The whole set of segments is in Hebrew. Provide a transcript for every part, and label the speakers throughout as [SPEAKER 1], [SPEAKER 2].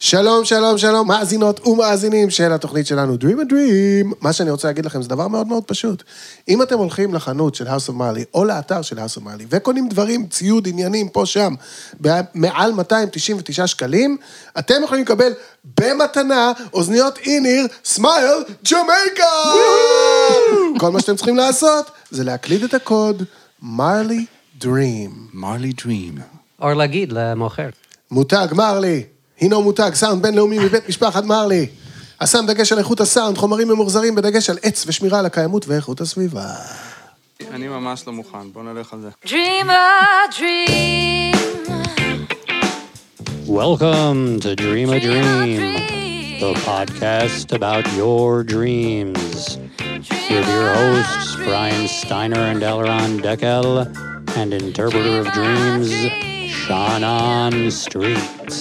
[SPEAKER 1] שלום, שלום, שלום, מאזינות ומאזינים של התוכנית שלנו Dream a Dream. מה שאני רוצה להגיד לכם זה דבר מאוד מאוד פשוט. אם אתם הולכים לחנות של House of Marley או לאתר של House of Marley וקונים דברים, ציוד, עניינים פה, שם, מעל 299 שקלים, אתם יכולים לקבל במתנה אוזניות איניר, סמייל, ג'מייקה! כל מה שאתם צריכים לעשות זה להקליד את הקוד Marley Dream.
[SPEAKER 2] מרלי דרים.
[SPEAKER 3] או להגיד למוכר.
[SPEAKER 1] מותג מרלי, הינו מותג סאונד בינלאומי מבית משפחת מרלי. השם דגש על איכות הסאונד, חומרים ממוחזרים בדגש על עץ ושמירה על הקיימות ואיכות הסביבה.
[SPEAKER 4] אני ממש לא מוכן, בוא נלך על זה.
[SPEAKER 5] Dream a dream.
[SPEAKER 3] Welcome to Dream a Dream,
[SPEAKER 5] dream.
[SPEAKER 3] the podcast about your dreams.
[SPEAKER 5] Dream
[SPEAKER 3] With your
[SPEAKER 5] a
[SPEAKER 3] hosts,
[SPEAKER 5] dream.
[SPEAKER 3] Brian Steiner and Elron Deckel, and interpreter of dreams, Shannon Streets.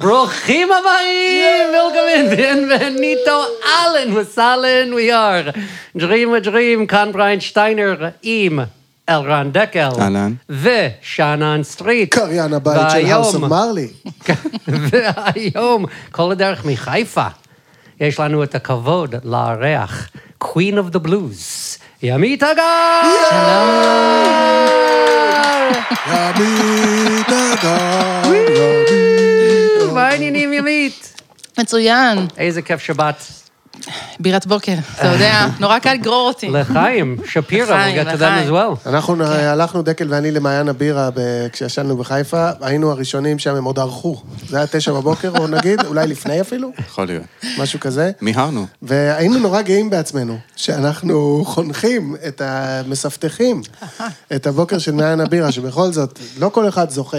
[SPEAKER 3] ברוכים הבאים! Welcome in, bienvenido, Allen וסלן, we are Dream a Dream, כאן בריין שטיינר עם אלרן דקל.
[SPEAKER 2] אהלן.
[SPEAKER 3] ושאנן סטריט.
[SPEAKER 1] קריין הבית של
[SPEAKER 3] והיום-
[SPEAKER 1] האוס מרלי.
[SPEAKER 3] והיום, כל הדרך מחיפה, יש לנו את הכבוד לארח Queen of the Blues, ימית הגר!
[SPEAKER 1] ימית הגר,
[SPEAKER 3] שלום! מה העניינים ימית?
[SPEAKER 6] מצוין,
[SPEAKER 3] איזה כיף שבאת
[SPEAKER 6] בירת בוקר, אתה יודע, נורא קל לגרור אותי.
[SPEAKER 3] לחיים, שפירא, we
[SPEAKER 6] לחיים,
[SPEAKER 3] got to them
[SPEAKER 6] לחיים.
[SPEAKER 3] as well.
[SPEAKER 1] אנחנו נ- הלכנו, דקל ואני, למעיין הבירה ב- כשישנו בחיפה, היינו הראשונים שם, הם עוד ערכו. זה היה תשע בבוקר, או נגיד, אולי לפני אפילו,
[SPEAKER 2] יכול להיות.
[SPEAKER 1] משהו כזה.
[SPEAKER 2] מיהרנו.
[SPEAKER 1] והיינו נורא גאים בעצמנו, שאנחנו חונכים את המספתחים, את הבוקר של מעיין הבירה, שבכל זאת, לא כל אחד זוכה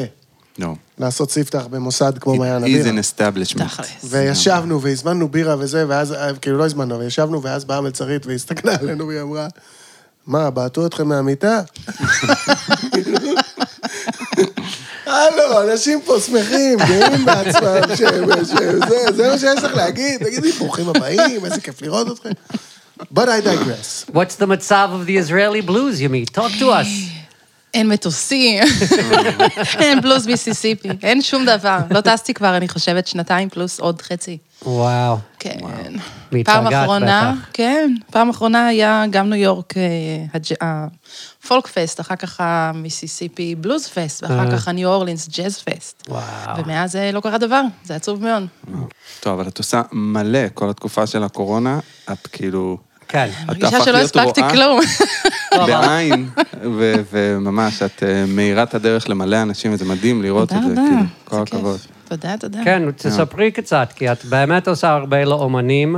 [SPEAKER 2] לא.
[SPEAKER 1] לעשות ספתח במוסד כמו מעיין
[SPEAKER 2] It is
[SPEAKER 1] הבירה.
[SPEAKER 2] an establishment.
[SPEAKER 6] תכלס.
[SPEAKER 1] וישבנו והזמנו בירה וזה, ואז, אה, כאילו לא הזמנו, אבל ישבנו, ואז באה המלצרית והסתכלה עלינו והיא אמרה, מה, בעטו אתכם מהמיטה? הלו, אה, לא, אנשים פה שמחים, גאים בעצמם, שהם, שהם, זה, זה מה שיש לך להגיד, תגידי, ברוכים הבאים, איזה כיף לראות אתכם. But I digress.
[SPEAKER 3] What's the מצב of the Israeli blues, ימית? Talk to us.
[SPEAKER 6] אין מטוסים, אין בלוז מיסיסיפי, אין שום דבר. לא טסתי כבר, אני חושבת, שנתיים פלוס עוד חצי.
[SPEAKER 3] וואו.
[SPEAKER 6] כן.
[SPEAKER 3] והתרגעת
[SPEAKER 6] פעם אחרונה,
[SPEAKER 3] בטח.
[SPEAKER 6] כן, פעם אחרונה היה גם ניו יורק, אה, הג'- הפולק פסט, אחר כך המיסיסיפי בלוז פסט, ואחר כך הניו אורלינס ג'אז פסט.
[SPEAKER 3] אה. וואו.
[SPEAKER 6] ומאז אה, לא קרה דבר, זה עצוב מאוד.
[SPEAKER 2] טוב, אבל את עושה מלא כל התקופה של הקורונה, את כאילו...
[SPEAKER 3] כן.
[SPEAKER 2] את
[SPEAKER 6] מרגישה
[SPEAKER 2] הפכת
[SPEAKER 6] שלא
[SPEAKER 2] להיות
[SPEAKER 6] הספקתי
[SPEAKER 2] רואה
[SPEAKER 6] כלום. לא,
[SPEAKER 2] בעין, ו- וממש, את אה, מאירה את הדרך למלא אנשים, וזה מדהים לראות
[SPEAKER 6] תודה
[SPEAKER 2] את זה,
[SPEAKER 6] רבה,
[SPEAKER 2] כאילו, כל
[SPEAKER 6] זה כיף.
[SPEAKER 2] הכבוד.
[SPEAKER 6] תודה, תודה.
[SPEAKER 3] כן, תספרי קצת, כי את באמת עושה הרבה לאומנים.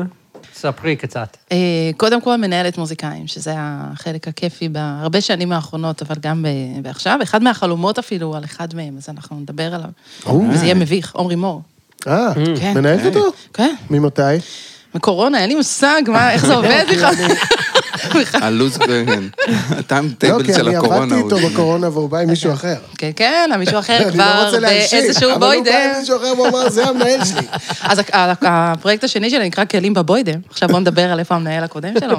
[SPEAKER 3] תספרי קצת.
[SPEAKER 6] אה, קודם כל מנהלת מוזיקאים, שזה החלק הכיפי בהרבה שנים האחרונות, אבל גם ב- בעכשיו. אחד מהחלומות אפילו על אחד מהם, אז אנחנו נדבר עליו. וזה יהיה מביך, עמרי מור.
[SPEAKER 1] אה,
[SPEAKER 6] כן.
[SPEAKER 1] מנהלת אותו?
[SPEAKER 6] כן,
[SPEAKER 1] ממתי?
[SPEAKER 6] מקורונה, אין לי מושג מה, איך זה עובד
[SPEAKER 1] אוקיי.
[SPEAKER 6] בכלל.
[SPEAKER 2] הלו"ז, כן. הטיים
[SPEAKER 1] לא,
[SPEAKER 2] טייבל
[SPEAKER 1] כי
[SPEAKER 2] של
[SPEAKER 1] אני עבדתי
[SPEAKER 2] הקורונה.
[SPEAKER 1] איתו
[SPEAKER 2] הוא-
[SPEAKER 1] בקורונה והוא בא עם מישהו אחר.
[SPEAKER 6] כן, כן, מישהו אחר
[SPEAKER 1] אני לא
[SPEAKER 6] כבר
[SPEAKER 1] רוצה להמשיך,
[SPEAKER 6] באיזשהו
[SPEAKER 1] אבל הוא בא עם
[SPEAKER 6] בוידר.
[SPEAKER 1] מישהו אחר והוא אמר, זה המנהל שלי.
[SPEAKER 6] אז ה- ה- הפרויקט השני שלי נקרא כלים בבוידם. עכשיו בואו נדבר על איפה המנהל הקודם שלו.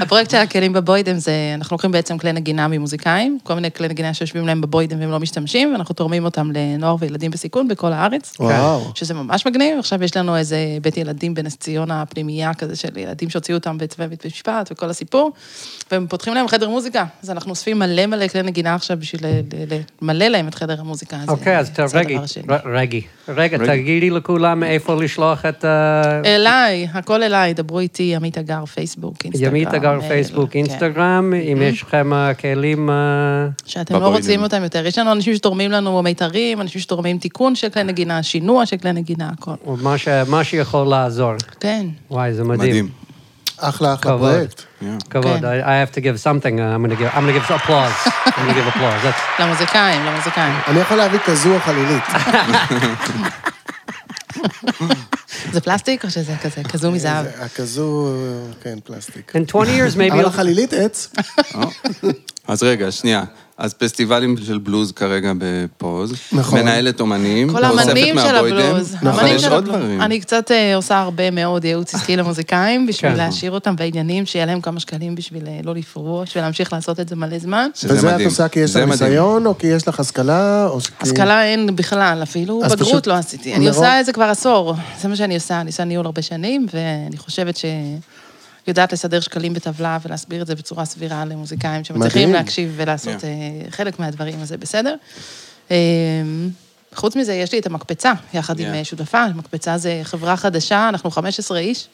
[SPEAKER 6] הפרויקט של הכלים בבוידם זה, אנחנו לוקחים בעצם כלי נגינה ממוזיקאים, כל מיני כלי נגינה שיושבים להם בבוידם והם לא משתמשים, ואנחנו תורמים אותם לנוער וילדים בסיכון בכל הארץ.
[SPEAKER 2] כן.
[SPEAKER 1] וואו.
[SPEAKER 6] שזה ממש מגניב. עכשיו יש לנו איזה בית ילדים בנס ציונה, פנימייה כזה של ילדים שהוציאו אותם בצווי בית משפט וכל הסיפור, והם פותחים להם חדר מוזיקה. אז אנחנו אוספים מלא מלא כלי נגינה עכשיו בשביל ל- ל- למלא להם את חדר המוזיקה הזה.
[SPEAKER 3] אוקיי, אז
[SPEAKER 6] אה, זה
[SPEAKER 3] תרגי,
[SPEAKER 6] הדבר השני.
[SPEAKER 3] ר- רגי, רגע, תגידי לכולם איפה לשלוח את אה, ה-
[SPEAKER 6] אליי, הכל אליי, דברו איתי, ימית הגר, פייסבוק, אינסטגרם.
[SPEAKER 3] ימית אגר,
[SPEAKER 6] מייל,
[SPEAKER 3] פייסבוק,
[SPEAKER 6] כן.
[SPEAKER 3] אינסטגרם, אם יש לכם אה, כלים... אה,
[SPEAKER 6] שאתם לא
[SPEAKER 2] בבוידם.
[SPEAKER 6] רוצים אותם יותר. יש לנו אנשים שתורמים לנו מיתרים, אנשים שתורמים תיקון של כלי נגינה, שינוע של כלי נגינה, הכל.
[SPEAKER 3] או מה ש- מה שיכול לעזור.
[SPEAKER 6] כן.
[SPEAKER 3] וואי, זה מדהים.
[SPEAKER 2] מדהים.
[SPEAKER 1] אחלה, אחלה
[SPEAKER 3] כבוד.
[SPEAKER 1] פרויקט.
[SPEAKER 3] כבוד.
[SPEAKER 6] כן.
[SPEAKER 3] I I have to give something, uh, I'm going to give, I'm going to give applause. I'm going to give applause. That's,
[SPEAKER 6] למוזיקאים, למוזיקאים.
[SPEAKER 1] אני יכול להביא כזו או חלילית.
[SPEAKER 6] זה פלסטיק או שזה כזה, כזו מזהב?
[SPEAKER 1] זה- הכזו, כן, פלסטיק.
[SPEAKER 3] in 20 years maybe...
[SPEAKER 1] אבל
[SPEAKER 3] you'll-
[SPEAKER 1] החלילית עץ,
[SPEAKER 2] אה? אז רגע, שנייה. אז פסטיבלים של בלוז כרגע בפוז.
[SPEAKER 1] נכון.
[SPEAKER 2] מנהלת אומנים.
[SPEAKER 6] כל
[SPEAKER 2] אוספת
[SPEAKER 6] האמנים של
[SPEAKER 2] מהבוידם,
[SPEAKER 6] הבלוז.
[SPEAKER 2] אבל
[SPEAKER 6] האמנים
[SPEAKER 2] יש
[SPEAKER 6] של
[SPEAKER 2] עוד
[SPEAKER 6] הבלוז.
[SPEAKER 2] דברים.
[SPEAKER 6] אני קצת אה, עושה הרבה מאוד ייעוץ עסקי למוזיקאים, בשביל
[SPEAKER 3] כן.
[SPEAKER 6] להשאיר אותם בעניינים, שיהיה להם כמה שקלים בשביל אה, לא לפרוש, ולהמשיך לעשות את זה מלא זמן.
[SPEAKER 2] שזה
[SPEAKER 1] וזה את
[SPEAKER 2] מדהים.
[SPEAKER 1] עושה כי יש
[SPEAKER 2] זה
[SPEAKER 1] לך
[SPEAKER 2] מדהים.
[SPEAKER 1] ניסיון, או כי יש לך השכלה, או כי...
[SPEAKER 6] השכלה אין בכלל, אפילו
[SPEAKER 1] אז פשוט
[SPEAKER 6] בגרות לא עשיתי. אני
[SPEAKER 1] מרוב-
[SPEAKER 6] עושה את זה כבר עשור, זה מה שאני עושה, אני עושה ניהול הרבה שנים, ואני חושבת ש... יודעת לסדר שקלים בטבלה ולהסביר את זה בצורה סבירה למוזיקאים שמצליחים
[SPEAKER 1] מדהים.
[SPEAKER 6] להקשיב ולעשות yeah. חלק מהדברים, אז זה בסדר. אה, חוץ מזה, יש לי את המקפצה, יחד yeah. עם
[SPEAKER 2] Yeah.
[SPEAKER 6] אה, שותפה. מקפצה זה חברה חדשה, אנחנו 15 איש,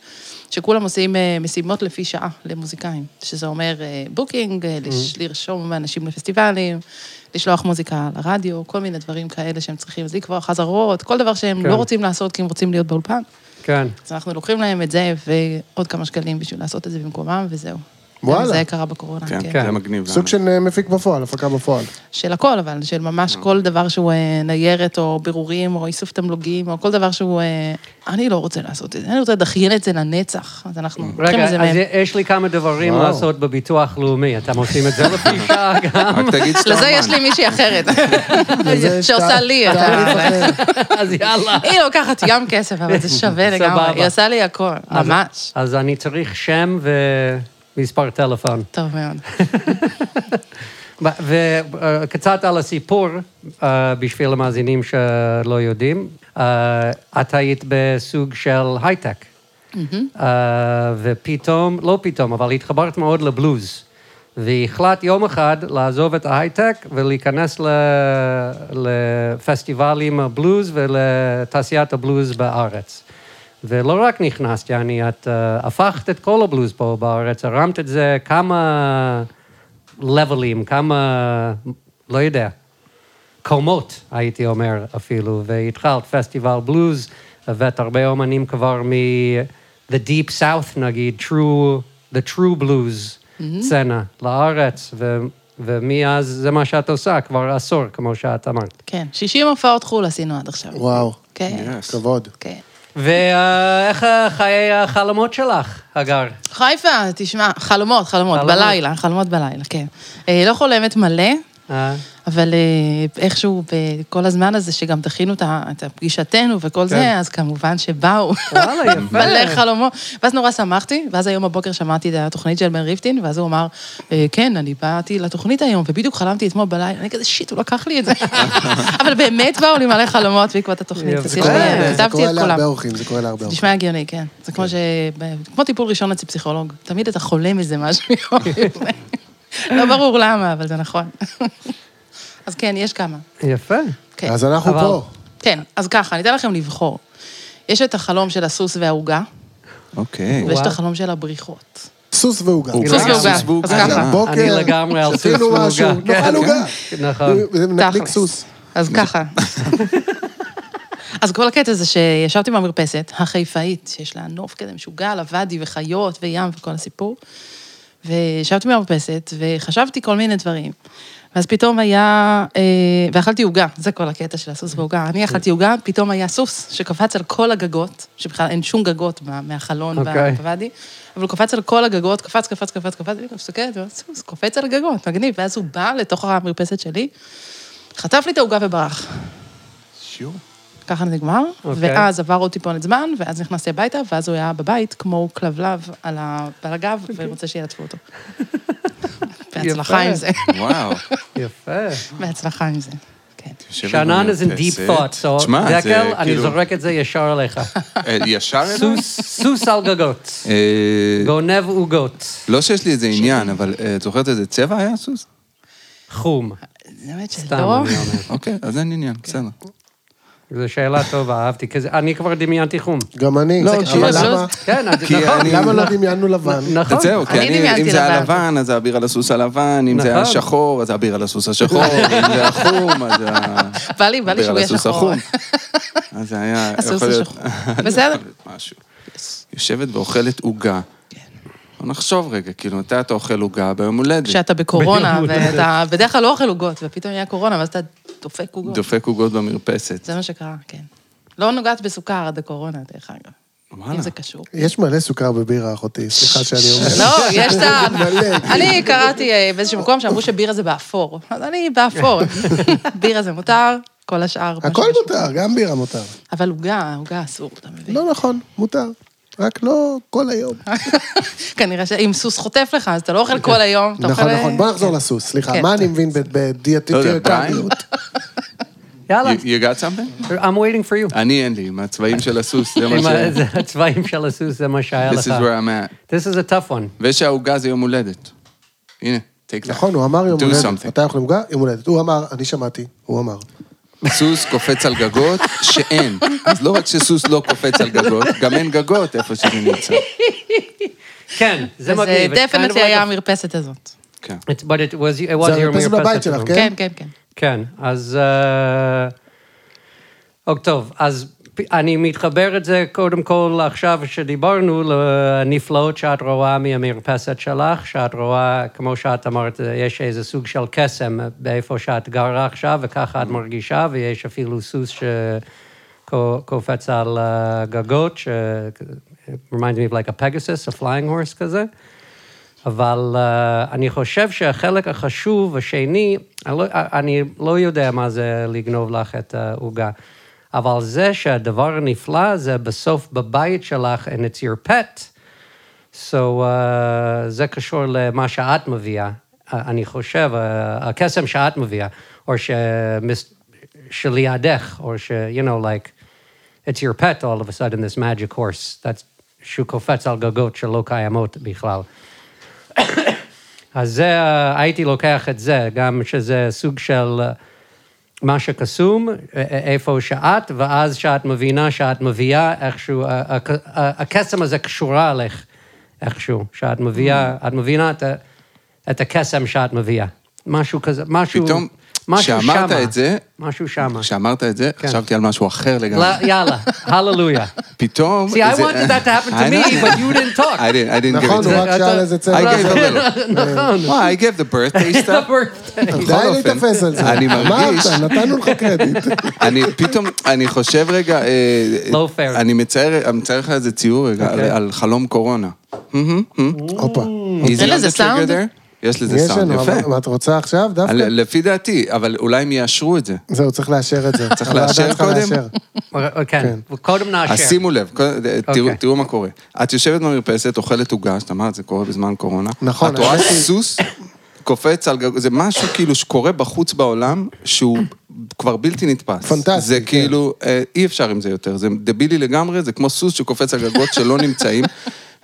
[SPEAKER 6] שכולם עושים אה, משימות לפי שעה למוזיקאים, שזה אומר אה, בוקינג, אה, לש- לרשום אנשים לפסטיבלים, לשלוח מוזיקה לרדיו, כל מיני דברים כאלה שהם צריכים, אז לקבוע חזרות, כל דבר שהם
[SPEAKER 3] כן.
[SPEAKER 6] לא רוצים לעשות כי הם רוצים להיות באולפן.
[SPEAKER 3] כן.
[SPEAKER 6] אז אנחנו לוקחים להם את זה ועוד כמה שקלים בשביל לעשות את זה במקומם, וזהו.
[SPEAKER 1] וואלה.
[SPEAKER 6] גם זה קרה בקורונה, כן.
[SPEAKER 2] כן,
[SPEAKER 3] כן.
[SPEAKER 2] זה מגניב.
[SPEAKER 1] סוג של אה, מפיק בפועל, הפקה בפועל.
[SPEAKER 6] של הכל, אבל של
[SPEAKER 3] Mm.
[SPEAKER 6] ממש כל דבר שהוא אה, ניירת, או בירורים, או איסוף תמלוגים, או כל דבר שהוא... אה, אני לא רוצה לעשות את זה, אני רוצה לדחיין את זה לנצח. אז אנחנו לוקחים
[SPEAKER 3] Mm. רגע,
[SPEAKER 6] את זה
[SPEAKER 3] אז
[SPEAKER 6] מהם.
[SPEAKER 3] יש לי כמה דברים
[SPEAKER 1] וואו.
[SPEAKER 3] לעשות בביטוח לאומי. אתם עושים את זה לפי שעה גם?
[SPEAKER 2] רק תגיד שאתה
[SPEAKER 6] לזה
[SPEAKER 2] אומן.
[SPEAKER 6] יש לי מישהי אחרת,
[SPEAKER 1] וזה יש
[SPEAKER 6] שעושה
[SPEAKER 1] תע-
[SPEAKER 6] לי כן. את ה...
[SPEAKER 1] תעריף אחר.
[SPEAKER 3] אז יאללה.
[SPEAKER 6] היא לוקחת ים כסף, אבל זה שווה לגמרי.
[SPEAKER 3] סבבה.
[SPEAKER 6] היא עושה לי הכל,
[SPEAKER 3] אז-
[SPEAKER 6] ממש.
[SPEAKER 3] אז אני צריך שם ומספר טלפון.
[SPEAKER 6] טוב מאוד.
[SPEAKER 3] וקצת על הסיפור, אה, בשביל המאזינים שלא יודעים, אה, את היית בסוג של הייטק, אה, ופתאום, לא פתאום, אבל התחברת מאוד לבלוז, והחלטת יום אחד לעזוב את ההייטק ולהיכנס ל- לפסטיבלים הבלוז ולתעשיית הבלוז בארץ. ולא רק נכנסת, יעני, את אה, הפכת את כל הבלוז פה בארץ, הרמת את זה כמה לבלים, כמה, לא יודע, קומות, הייתי אומר אפילו, והתחלת פסטיבל בלוז, הבאת הרבה אומנים כבר מ-The Deep South, נגיד, true, The True Blues, סצנה, לארץ, ו... ומאז זה מה שאת עושה, כבר עשור, כמו שאת אמרת.
[SPEAKER 6] כן, 60 הופעות חו"ל עשינו עד עכשיו.
[SPEAKER 1] וואו,
[SPEAKER 6] כן,
[SPEAKER 2] Yes.
[SPEAKER 1] כבוד.
[SPEAKER 6] כן.
[SPEAKER 3] ואיך חיי החלומות שלך, הגר?
[SPEAKER 6] חיפה, תשמע, חלומות, חלומות,
[SPEAKER 3] חלומות.
[SPEAKER 6] בלילה, חלומות בלילה, כן. אה, לא חולמת מלא,
[SPEAKER 3] אה?
[SPEAKER 6] אבל אה, איכשהו בכל הזמן הזה, שגם דחינו את ה- את הפגישתנו
[SPEAKER 1] כן.
[SPEAKER 6] וכל זה, אז כמובן שבאו.
[SPEAKER 3] וואלה, יפה.
[SPEAKER 6] מלא חלומות. ואז נורא שמחתי, ואז היום בבוקר שמעתי את התוכנית של בן ריפטין, ואז הוא אמר, "אה, כן, אני באתי לתוכנית היום, ובדיוק חלמתי אתמול בלילה, אני כזה, שיט, הוא לקח לי את זה. אבל באמת באו לי מלא חלומות בעקבות התוכנית.
[SPEAKER 1] זה
[SPEAKER 3] יופי.
[SPEAKER 6] עשיתי
[SPEAKER 1] קורה
[SPEAKER 6] להם,
[SPEAKER 1] להרבה- אה, זה
[SPEAKER 6] אה, כתבתי
[SPEAKER 1] קורה
[SPEAKER 6] את כולם.
[SPEAKER 1] להרבה אורחים, זה קורה להרבה
[SPEAKER 6] זה
[SPEAKER 1] אורחים.
[SPEAKER 6] נשמע הגיוני, כן. זה כמו ש... כמו טיפול ראשון אצל פסיכולוג. תמיד אתה חולם איזה משהו. יום לפני. לא ברור למה, אבל זה נכון. אז כן, יש כמה.
[SPEAKER 3] יפה.
[SPEAKER 6] כן.
[SPEAKER 1] אז אנחנו
[SPEAKER 3] אבל-
[SPEAKER 1] פה.
[SPEAKER 6] כן, אז ככה, אני אתן לכם לבחור. יש את החלום של הסוס והעוגה,
[SPEAKER 2] אוקיי.
[SPEAKER 6] ויש את
[SPEAKER 3] וואו.
[SPEAKER 6] החלום של הבריחות.
[SPEAKER 1] סוס ועוגה.
[SPEAKER 6] סוס
[SPEAKER 2] סוס
[SPEAKER 6] ועוגה. אז
[SPEAKER 2] ועוגה.
[SPEAKER 6] ככה.
[SPEAKER 1] בוקר,
[SPEAKER 3] אני לגמרי על סוס
[SPEAKER 1] שתינו
[SPEAKER 3] ועוגה.
[SPEAKER 1] משהו,
[SPEAKER 3] כן,
[SPEAKER 1] נאכל עוגה.
[SPEAKER 3] נכון.
[SPEAKER 1] נקליק
[SPEAKER 6] תכלס.
[SPEAKER 1] סוס.
[SPEAKER 6] אז ככה. אז כל הקטע זה שישבתי במרפסת, החיפאית, שיש לה נוף כזה משוגע, על הוואדי וחיות וים וכל הסיפור, וישבתי במרפסת וחשבתי כל מיני דברים. ואז פתאום היה, אה, ואכלתי עוגה, זה כל הקטע של הסוס בעוגה. אני אכלתי עוגה, פתאום היה סוס שקפץ על כל הגגות, שבכלל אין שום גגות מה- מהחלון
[SPEAKER 3] אוקיי.
[SPEAKER 6] בוואדי, אבל הוא קפץ על כל הגגות, קפץ, קפץ, קפץ, קפץ, ואני מסתכלת, סוס קופץ על הגגות, מגניב, ואז הוא בא לתוך המרפסת שלי, חטף לי את העוגה וברח.
[SPEAKER 2] שיעור.
[SPEAKER 6] ככה זה נגמר, okay.
[SPEAKER 3] אוקיי.
[SPEAKER 6] ואז עבר עוד טיפונת זמן, ואז נכנסתי הביתה, ואז הוא היה בבית כמו כלבלב על, ה... על הגב,
[SPEAKER 3] אוקיי.
[SPEAKER 6] ורוצה שיעטפו אותו. בהצלחה עם זה,
[SPEAKER 2] וואו.
[SPEAKER 3] יפה.
[SPEAKER 6] בהצלחה עם זה, כן.
[SPEAKER 2] יושבת
[SPEAKER 3] שאנן is in deep
[SPEAKER 2] במרפסת.
[SPEAKER 3] thought, so
[SPEAKER 2] תשמע, זה
[SPEAKER 3] דקל, אני
[SPEAKER 2] כאילו-
[SPEAKER 3] זורק את זה ישר עליך.
[SPEAKER 2] אה, ישר אליי?
[SPEAKER 3] סוס- סוס על גגות,
[SPEAKER 2] אה,
[SPEAKER 3] גונב עוגות,
[SPEAKER 2] לא שיש לי איזה עניין, אבל אה, את זוכרת איזה צבע היה הסוס?
[SPEAKER 3] חום.
[SPEAKER 6] זה באמת
[SPEAKER 3] סתם,
[SPEAKER 6] שלא,
[SPEAKER 3] אני אומר.
[SPEAKER 2] אוקיי, אז אין עניין, בסדר.
[SPEAKER 3] זו שאלה טובה, אהבתי, כי זה- אני כבר דמיינתי חום.
[SPEAKER 1] גם אני.
[SPEAKER 6] לא,
[SPEAKER 1] אבל
[SPEAKER 6] כי-
[SPEAKER 1] למה-
[SPEAKER 3] כן, אז-
[SPEAKER 2] כי
[SPEAKER 3] נכון,
[SPEAKER 2] אני-
[SPEAKER 1] למה לא דמיינו לבן?
[SPEAKER 3] נכון.
[SPEAKER 2] זהו, כי
[SPEAKER 6] אני
[SPEAKER 2] אני,
[SPEAKER 6] דמיינתי
[SPEAKER 2] אם זה היה
[SPEAKER 6] לבן.
[SPEAKER 2] לבן, אז זה אביר על הסוס הלבן, אם זה היה
[SPEAKER 3] נכון.
[SPEAKER 2] שחור, אז זה אביר על הסוס השחור, אם זה החום, אז זה ה-
[SPEAKER 6] בא לי,
[SPEAKER 2] אביר
[SPEAKER 6] בא לי
[SPEAKER 2] על
[SPEAKER 6] שהוא יהיה
[SPEAKER 2] הסוס
[SPEAKER 6] שחור.
[SPEAKER 2] החום. אז זה היה,
[SPEAKER 6] הסוס
[SPEAKER 2] יכול להיות-
[SPEAKER 6] השחור. בסדר.
[SPEAKER 2] יכול להיות משהו. יושבת ואוכלת עוגה.
[SPEAKER 3] כן.
[SPEAKER 2] בוא נחשוב רגע, כאילו, מתי אתה אוכל עוגה? ביום הולדת.
[SPEAKER 6] כשאתה בקורונה, ואתה בדרך כלל לא אוכל עוגות, ופתאום היה קורונה, ואז אתה דופק עוגות.
[SPEAKER 2] דופק עוגות במרפסת.
[SPEAKER 6] זה מה שקרה, כן. לא נוגעת בסוכר עד הקורונה, דרך אגב. אם זה קשור.
[SPEAKER 1] יש מלא סוכר בבירה, אחותי, סליחה שאני אומר.
[SPEAKER 6] לא, יש את ה...
[SPEAKER 1] כן. מלא. כן.
[SPEAKER 6] אני קראתי אה, באיזשהו מקום שאמרו שבירה זה באפור. אז אני באפור. בירה זה מותר, כל השאר... מה
[SPEAKER 1] כן. הכל
[SPEAKER 6] שיש.
[SPEAKER 1] מותר, גם בירה מותר.
[SPEAKER 6] אבל עוגה, עוגה אסור, אתה מבין?
[SPEAKER 1] לא נכון, מותר. רק לא כל היום.
[SPEAKER 6] כנראה שאם סוס חוטף לך, אז אתה לא אוכל כל היום. אתה
[SPEAKER 1] נכון,
[SPEAKER 6] אוכל- אה,
[SPEAKER 1] נכון. בוא נחזור לסוס, סליחה.
[SPEAKER 6] כן.
[SPEAKER 1] מה אני מבין
[SPEAKER 2] לא יודע,
[SPEAKER 1] בדיאטיות?
[SPEAKER 3] יאללה,
[SPEAKER 2] You you got something?
[SPEAKER 3] I'm waiting for you.
[SPEAKER 2] אני אין לי, עם הצבעים של הסוס, זה מה
[SPEAKER 3] עם ה-
[SPEAKER 2] ש...
[SPEAKER 3] זה הצבעים של הסוס, זה מה שהיה לך.
[SPEAKER 2] This is where I'm at.
[SPEAKER 3] This is a tough one.
[SPEAKER 2] ושהעוגה זה יום הולדת. הנה, take that.
[SPEAKER 1] נכון, הוא אמר יום
[SPEAKER 2] Do
[SPEAKER 1] הולדת.
[SPEAKER 2] something.
[SPEAKER 1] אתה אוכל עוגה? יום הולדת. הוא אמר, אני שמעתי, הוא אמר.
[SPEAKER 2] סוס קופץ על גגות שאין. אז לא רק שסוס לא קופץ על גגות, גם אין גגות איפה שזה נמצא.
[SPEAKER 3] כן, זה
[SPEAKER 6] אז
[SPEAKER 3] מגניב. It's kind of
[SPEAKER 6] דפנטלי
[SPEAKER 3] like a-
[SPEAKER 6] היה המרפסת הזאת.
[SPEAKER 2] כן.
[SPEAKER 1] נכון.
[SPEAKER 3] It's- But it was, it was
[SPEAKER 1] זה
[SPEAKER 3] your
[SPEAKER 1] המרפסת בבית
[SPEAKER 3] מרפסת.
[SPEAKER 1] שלך,
[SPEAKER 3] אבל-
[SPEAKER 1] כן?
[SPEAKER 6] כן, כן, כן.
[SPEAKER 3] כן, אז... אה, אוק, טוב, אז פ- אני מתחבר את זה קודם כל עכשיו שדיברנו לנפלאות שאת רואה מהמרפסת שלך, שאת רואה, כמו שאת אמרת, יש איזה סוג של קסם באיפה שאת גרה עכשיו, וככה את מרגישה, ויש אפילו סוס שקופץ על אה, גגות, ש... reminds me of like a Pegasus, a flying horse כזה. אבל uh, אני חושב שהחלק החשוב, השני, אני לא, אני לא יודע מה זה לגנוב לך את העוגה, אבל זה שהדבר הנפלא זה בסוף בבית שלך, and it's your pet. So uh, זה קשור למה שאת מביאה, uh, אני חושב, uh, הקסם שאת מביאה, או ש... שלידך, או ש... you know, like, it's your pet all of a sudden, this magic horse, that's... שהוא קופץ על גגות שלא קיימות בכלל. אז זה, אה, הייתי לוקח את זה, גם שזה סוג של אה, מה שקסום, א- א- איפה שאת, ואז שאת מבינה שאת מביאה איכשהו, אה, ה- ה- ה- הקסם הזה קשורה לך איכשהו, שאת מביאה,
[SPEAKER 2] Mm.
[SPEAKER 3] את מבינה את, ה- את הקסם שאת מביאה. משהו כזה, משהו...
[SPEAKER 2] פתאום,
[SPEAKER 3] משהו
[SPEAKER 2] כשאמרת
[SPEAKER 3] שמה,
[SPEAKER 2] את זה,
[SPEAKER 3] משהו שמה.
[SPEAKER 2] כשאמרת את זה,
[SPEAKER 1] כן.
[SPEAKER 2] חשבתי על משהו אחר
[SPEAKER 3] לא,
[SPEAKER 2] לגמרי.
[SPEAKER 3] יאללה, הללויה.
[SPEAKER 2] פתאום...
[SPEAKER 3] See, I
[SPEAKER 2] זה-
[SPEAKER 3] wanted that to happen to
[SPEAKER 2] I
[SPEAKER 3] me,
[SPEAKER 2] know.
[SPEAKER 3] but you didn't talk.
[SPEAKER 2] I didn't, I didn't give
[SPEAKER 1] נכון,
[SPEAKER 2] it
[SPEAKER 1] הוא
[SPEAKER 2] to
[SPEAKER 1] רק
[SPEAKER 2] you.
[SPEAKER 1] שאל איזה צבע.
[SPEAKER 2] I gave a little.
[SPEAKER 3] נכון.
[SPEAKER 2] Well, I gave the birthday stuff.
[SPEAKER 1] די
[SPEAKER 2] בכל אופן,
[SPEAKER 1] להתאפס על זה.
[SPEAKER 2] אני מרגיש... Mm.
[SPEAKER 1] אמרת, נתנו לך קרדיט.
[SPEAKER 2] אני פתאום, אני חושב רגע, אה,
[SPEAKER 3] לא fair.
[SPEAKER 2] אני מצייר, אני מצייר לך איזה ציור רגע, על- על חלום קורונה. Mm-hmm,
[SPEAKER 1] הופה.
[SPEAKER 2] Is
[SPEAKER 6] אין
[SPEAKER 2] it on
[SPEAKER 6] לזה
[SPEAKER 2] the trigger
[SPEAKER 6] סאונד?
[SPEAKER 2] there? יש לזה
[SPEAKER 1] יש
[SPEAKER 2] סאונד,
[SPEAKER 1] לנו,
[SPEAKER 2] יפה.
[SPEAKER 1] אבל- לא, אבל את רוצה עכשיו דווקא?
[SPEAKER 2] על- לפי דעתי, אבל אולי הם יאשרו את זה.
[SPEAKER 1] זהו, צריך לאשר את זה.
[SPEAKER 2] צריך
[SPEAKER 1] הוועדה
[SPEAKER 2] לאשר
[SPEAKER 1] צריכה
[SPEAKER 2] קודם?
[SPEAKER 1] לאשר.
[SPEAKER 3] כן, קודם
[SPEAKER 2] אז
[SPEAKER 3] נאשר.
[SPEAKER 2] שימו לב, קודם- אה, תראו- תראו מה קורה. את יושבת במרפסת, אוכלת עוגה, שאת אמרת, זה קורה בזמן קורונה.
[SPEAKER 1] נכון,
[SPEAKER 2] את רואה
[SPEAKER 1] האמת היא-
[SPEAKER 2] סוס קופץ על גג... זה משהו כאילו שקורה בחוץ בעולם, שהוא כבר בלתי נתפס.
[SPEAKER 1] פנטסטי,
[SPEAKER 2] זה
[SPEAKER 1] כן.
[SPEAKER 2] כאילו, אה, אי אפשר עם זה יותר. זה דבילי לגמרי, זה כמו סוס שקופץ על גגות שלא נמצאים.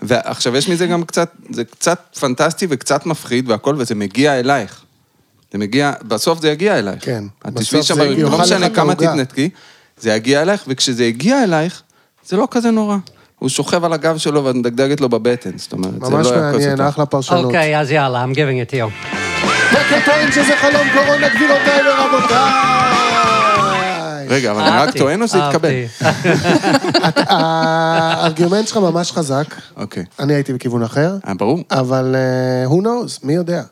[SPEAKER 2] ועכשיו, יש מזה גם קצת, זה קצת פנטסטי וקצת מפחיד והכל, וזה מגיע אלייך. זה מגיע, בסוף זה יגיע אלייך.
[SPEAKER 1] כן,
[SPEAKER 2] את
[SPEAKER 1] בסוף
[SPEAKER 2] תשבי
[SPEAKER 1] זה
[SPEAKER 2] שם,
[SPEAKER 1] יגיע,
[SPEAKER 2] לא
[SPEAKER 1] יאכל
[SPEAKER 2] משנה
[SPEAKER 1] לך
[SPEAKER 2] כמה
[SPEAKER 1] מהעוגה.
[SPEAKER 2] תתנתקי, זה יגיע אלייך, וכשזה יגיע אלייך, זה לא כזה נורא. הוא שוכב על הגב שלו ואת מדגדגת לו בבטן, זאת אומרת, זה
[SPEAKER 1] ממש
[SPEAKER 2] לא היה כזה
[SPEAKER 1] מעניין, אחלה פרשנות.
[SPEAKER 3] אוקיי, אז יאללה, I'm giving it to you.
[SPEAKER 1] פקר טוען שזה חלום קורונה, גבירותיי ורבותיי.
[SPEAKER 2] רגע, אבל אני רק
[SPEAKER 3] אהבתי,
[SPEAKER 2] טוען או שזה יתקבל?
[SPEAKER 3] אהבתי.
[SPEAKER 1] הארגומנט שלך ממש חזק.
[SPEAKER 2] אוקיי.
[SPEAKER 1] אני הייתי בכיוון אחר,
[SPEAKER 2] אה, ברור,
[SPEAKER 1] אבל אה, who knows, מי יודע.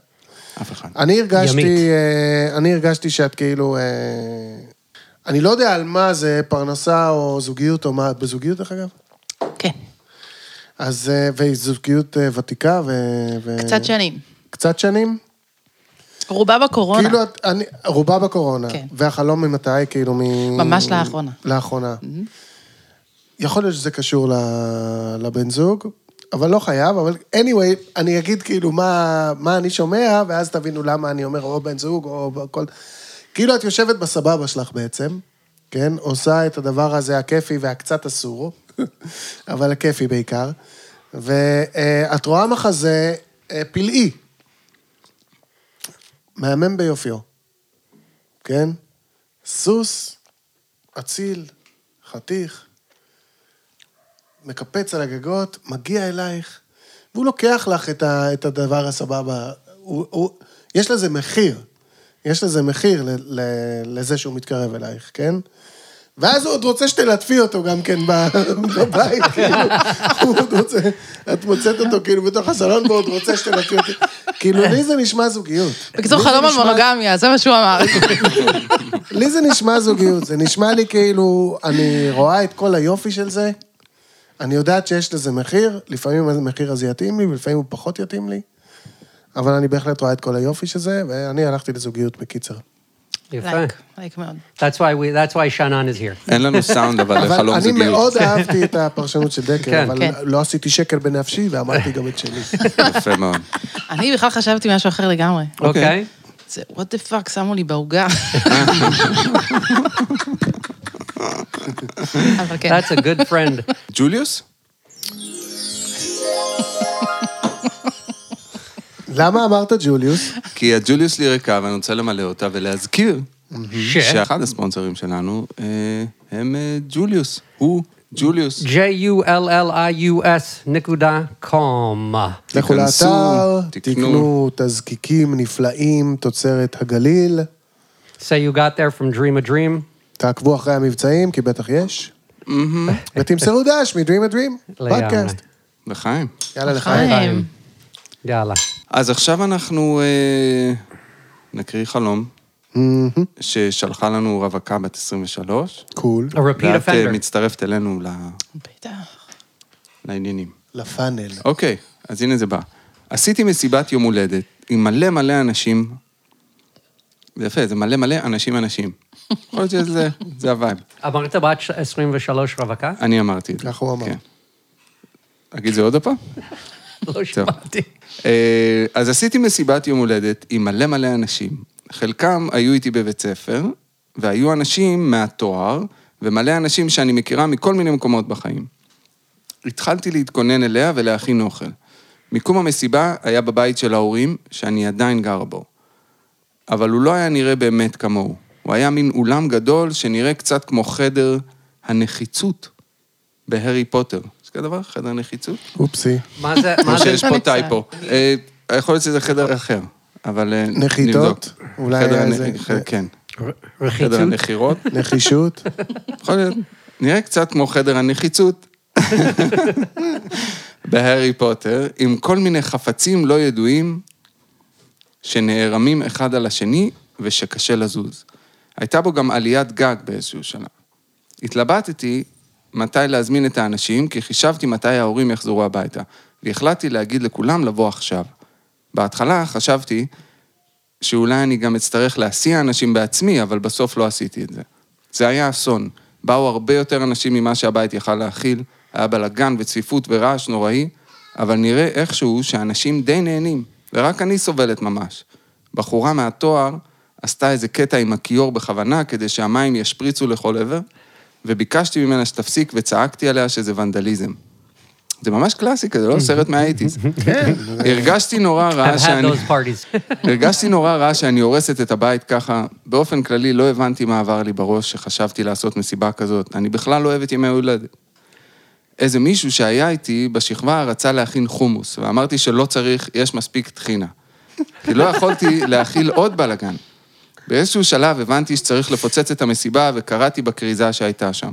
[SPEAKER 2] אף אחד.
[SPEAKER 1] אני הרגשתי,
[SPEAKER 3] ימית.
[SPEAKER 1] אה, אני הרגשתי שאת כאילו... אה, אני לא יודע על מה זה פרנסה או זוגיות או מה... את בזוגיות, דרך אגב?
[SPEAKER 6] כן.
[SPEAKER 1] אה. אז... אה, והיא זוגיות אה, ותיקה ו... ו-
[SPEAKER 6] קצת שנים.
[SPEAKER 1] קצת שנים?
[SPEAKER 6] רובה בקורונה.
[SPEAKER 1] כאילו, את- אני, רובה בקורונה.
[SPEAKER 6] כן.
[SPEAKER 1] והחלום ממתי? כאילו מ...
[SPEAKER 6] ממש לאחרונה. Mm-hmm.
[SPEAKER 1] לאחרונה. יכול להיות שזה קשור ל... לבן זוג, אבל לא חייב, אבל anyway, אני אגיד כאילו מה, מה אני שומע, ואז תבינו למה אני אומר או בן זוג או כל... כאילו, את יושבת בסבבה שלך בעצם, כן? עושה את הדבר הזה הכיפי והקצת אסור, אבל הכיפי בעיקר, ואת רואה מחזה אה, פלאי. מהמם ביופיו, כן? סוס, אציל, חתיך, מקפץ על הגגות, מגיע אלייך, והוא לוקח לך את, ה, את הדבר הסבבה. הוא, הוא, יש לזה מחיר. יש לזה מחיר ל, ל, לזה שהוא מתקרב אלייך, כן? ואז הוא עוד רוצה שתלטפי אותו גם כן ב- בבית, כאילו. הוא עוד רוצה, את מוצאת אותו כאילו בתוך הסלון ועוד רוצה שתלטפי אותו. כאילו, לי זה נשמע זוגיות.
[SPEAKER 6] בקיצור,
[SPEAKER 1] לי זה
[SPEAKER 6] חלום על
[SPEAKER 1] נשמע-
[SPEAKER 6] מונוגמיה, זה מה שהוא אמר.
[SPEAKER 1] לי זה נשמע זוגיות, זה נשמע לי כאילו, אני רואה את כל היופי של זה, אני יודעת שיש לזה מחיר, לפעמים המחיר הזה יתאים לי ולפעמים הוא פחות יתאים לי, אבל אני בהחלט רואה את כל היופי שזה, ואני הלכתי לזוגיות בקיצר.
[SPEAKER 3] יפה.
[SPEAKER 6] לייק, לייק מאוד.
[SPEAKER 3] That's why we, that's why Shannon is here.
[SPEAKER 2] אין לנו סאונד, אבל
[SPEAKER 1] אבל
[SPEAKER 2] לחלום
[SPEAKER 1] אני
[SPEAKER 2] זוגיות. כן.
[SPEAKER 1] מאוד אהבתי את הפרשנות של דקר,
[SPEAKER 3] כן,
[SPEAKER 1] אבל
[SPEAKER 6] כן.
[SPEAKER 1] לא עשיתי שקל בנפשי ואמרתי גם את שלי.
[SPEAKER 2] יפה מאוד.
[SPEAKER 6] אני בכלל חשבתי משהו אחר לגמרי.
[SPEAKER 3] אוקיי?
[SPEAKER 6] זה, what the fuck, שמו לי בעוגה. אבל כן.
[SPEAKER 3] That's a good friend.
[SPEAKER 2] Mm-hmm. ג'וליוס?
[SPEAKER 1] למה אמרת ג'וליוס?
[SPEAKER 2] כי הג'וליוס לי ריקה ואני רוצה למלא אותה ולהזכיר
[SPEAKER 3] ש...
[SPEAKER 2] שאחד הספונסרים שלנו אה, הם אה, ג'וליוס. הוא ג'וליוס.
[SPEAKER 3] J-U-L-L-I-U-S נקודה קום.
[SPEAKER 1] לכו
[SPEAKER 2] תיכנסו,
[SPEAKER 1] לאתר,
[SPEAKER 2] תקנו.
[SPEAKER 1] תקנו תזקיקים נפלאים, תוצרת הגליל,
[SPEAKER 3] Say you got there from Dream a Dream.
[SPEAKER 1] תעקבו אחרי המבצעים, כי בטח יש. ותמסרו דש מ-Dream a Dream,
[SPEAKER 3] לגמרי.
[SPEAKER 1] פודקאסט.
[SPEAKER 2] לחיים.
[SPEAKER 1] יאללה לחיים.
[SPEAKER 6] חיים.
[SPEAKER 3] יאללה.
[SPEAKER 2] אז עכשיו אנחנו אה, נקריא חלום
[SPEAKER 1] מהמם.
[SPEAKER 2] ששלחה לנו רווקה בת 23.
[SPEAKER 1] קול.
[SPEAKER 3] A repeat
[SPEAKER 2] ואת אה,
[SPEAKER 3] offender.
[SPEAKER 2] מצטרפת אלינו ל-
[SPEAKER 6] בטח.
[SPEAKER 2] לעניינים.
[SPEAKER 1] לפאנל.
[SPEAKER 2] אוקיי, אז הנה זה בא. עשיתי מסיבת יום הולדת עם מלא מלא אנשים. זה יפה, זה מלא מלא אנשים אנשים. יכול להיות שזה זה הווייב.
[SPEAKER 3] אמרת בת 23 רווקה?
[SPEAKER 2] אני אמרתי את זה.
[SPEAKER 1] ככה הוא אמר.
[SPEAKER 2] כן. אגיד זה עוד הפעם?
[SPEAKER 3] לא שמעתי.
[SPEAKER 2] אה, אז עשיתי מסיבת יום הולדת עם מלא מלא אנשים. חלקם היו איתי בבית ספר, והיו אנשים מהתואר, ומלא אנשים שאני מכירה מכל מיני מקומות בחיים. התחלתי להתכונן אליה ולהכין אוכל. מיקום המסיבה היה בבית של ההורים, שאני עדיין גרה בו. אבל הוא לא היה נראה באמת כמוהו. הוא היה מין אולם גדול שנראה קצת כמו חדר הנחיצות בהארי פוטר. יש כזה דבר? חדר נחיצות?
[SPEAKER 1] אופסי.
[SPEAKER 3] מה זה, מה
[SPEAKER 2] כמו
[SPEAKER 3] זה,
[SPEAKER 2] שיש פה טייפו. אה, יכול להיות שזה חדר אחר, אבל... אה,
[SPEAKER 1] נחיתות?
[SPEAKER 2] נבדוק.
[SPEAKER 1] אולי
[SPEAKER 2] חדר
[SPEAKER 1] היה
[SPEAKER 2] הנ-
[SPEAKER 1] איזה-
[SPEAKER 2] ח- כן,
[SPEAKER 3] רחיצות?
[SPEAKER 2] חדר הנחירות.
[SPEAKER 1] נחישות.
[SPEAKER 2] יכול להיות. נראה קצת כמו חדר הנחיצות. בהארי פוטר, עם כל מיני חפצים לא ידועים שנערמים אחד על השני ושקשה לזוז. הייתה בו גם עליית גג באיזשהו שלב. התלבטתי מתי להזמין את האנשים, כי חישבתי מתי ההורים יחזרו הביתה, והחלטתי להגיד לכולם לבוא עכשיו. בהתחלה חשבתי שאולי אני גם אצטרך להסיע אנשים בעצמי, אבל בסוף לא עשיתי את זה. זה היה אסון. באו הרבה יותר אנשים ממה שהבית יכל להכיל, היה בלאגן וצפיפות ורעש נוראי, אבל נראה איכשהו שאנשים די נהנים, ורק אני סובלת ממש. בחורה מהתואר עשתה איזה קטע עם הכיור בכוונה כדי שהמים ישפריצו לכל עבר, וביקשתי ממנה שתפסיק וצעקתי עליה שזה ונדליזם. זה ממש קלאסי כזה, לא סרט מהאייטיז. כן. הרגשתי נורא רע
[SPEAKER 3] I've had
[SPEAKER 2] שאני...
[SPEAKER 3] those parties.
[SPEAKER 2] הרגשתי נורא רע שאני הורסת את הבית ככה. באופן כללי לא הבנתי מה עבר לי בראש כשחשבתי לעשות מסיבה כזאת. אני בכלל לא אוהבת ימי הולדת. איזה מישהו שהיה איתי בשכבה רצה להכין חומוס, ואמרתי שלא צריך, יש מספיק טחינה. כי לא יכולתי להכיל עוד בלאגן. באיזשהו שלב הבנתי שצריך לפוצץ את המסיבה, וקראתי בכריזה שהייתה שם.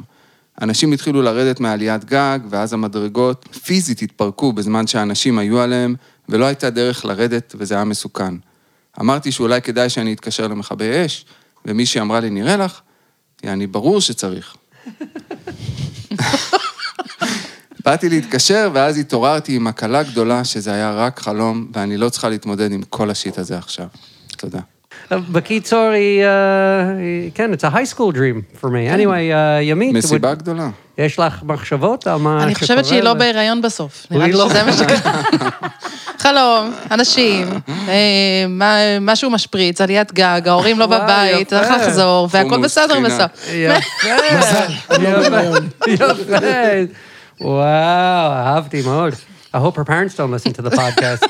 [SPEAKER 2] אנשים התחילו לרדת מעליית גג, ואז המדרגות פיזית התפרקו בזמן שהאנשים היו עליהם, ולא הייתה דרך לרדת, וזה היה מסוכן. אמרתי שאולי כדאי שאני אתקשר למכבי אש, ומישהי אמרה לי, נראה לך? יעני, ברור שצריך. באתי להתקשר, ואז התעוררתי עם הקלה גדולה שזה היה רק חלום, ואני לא צריכה להתמודד עם כל השיט הזה עכשיו. תודה.
[SPEAKER 3] Uh, בקיצור, היא, אה, היא- כן, uh, it's a high school dream for me. anyway, אה, ימית,
[SPEAKER 2] מסיבה
[SPEAKER 3] would-
[SPEAKER 2] גדולה.
[SPEAKER 3] יש לך מחשבות על מה שקורה?
[SPEAKER 6] אני חושבת שהיא לא
[SPEAKER 3] ו-
[SPEAKER 6] בהיריון בסוף. נראה
[SPEAKER 3] היא
[SPEAKER 6] לי
[SPEAKER 3] לא.
[SPEAKER 6] שזה מה שקרה. חלום, אנשים, אה, מה- משהו משפריץ, עליית גג, ההורים לא
[SPEAKER 3] וואי,
[SPEAKER 6] בבית,
[SPEAKER 3] יפה.
[SPEAKER 6] צריך לחזור, והכל
[SPEAKER 2] חומוס,
[SPEAKER 6] בסדר
[SPEAKER 2] טחינה.
[SPEAKER 6] בסוף.
[SPEAKER 3] יפה,
[SPEAKER 1] אני לא בהיריון.
[SPEAKER 3] יפה. וואו, אהבתי מאוד. I hope her parents don't listen to the podcast.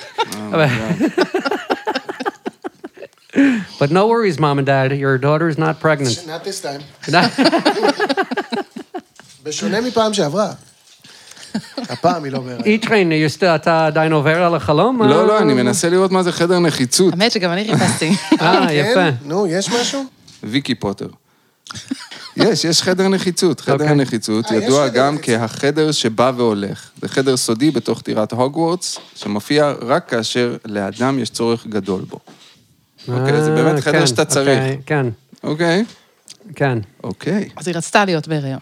[SPEAKER 3] But no worries, mom and dad, your daughter is not pregnant.
[SPEAKER 1] Not this time. בשונה מפעם שעברה. הפעם היא לא בהיריון.
[SPEAKER 3] איטריין, יוסט, אתה עדיין עובר על החלום?
[SPEAKER 2] לא, לא, אני מנסה לראות מה זה חדר נחיצות.
[SPEAKER 6] האמת שגם אני חיפשתי.
[SPEAKER 3] אה,
[SPEAKER 1] כן?
[SPEAKER 3] יפה.
[SPEAKER 1] נו, יש משהו?
[SPEAKER 2] ויקי פוטר. יש, יש חדר נחיצות. חדר
[SPEAKER 3] אוקיי.
[SPEAKER 2] הנחיצות
[SPEAKER 1] אה, יש
[SPEAKER 2] ידוע
[SPEAKER 1] חדר
[SPEAKER 2] גם
[SPEAKER 1] נחיצות.
[SPEAKER 2] כהחדר שבא והולך. זה חדר סודי בתוך טירת הוגוורטס, שמופיע רק כאשר לאדם יש צורך גדול בו. אוקיי, זה באמת
[SPEAKER 3] אה,
[SPEAKER 2] חדר
[SPEAKER 3] כן,
[SPEAKER 2] שאתה צריך.
[SPEAKER 3] אוקיי, כן,
[SPEAKER 2] אוקיי?
[SPEAKER 3] כן.
[SPEAKER 2] אוקיי.
[SPEAKER 6] אז היא רצתה להיות בהיריון.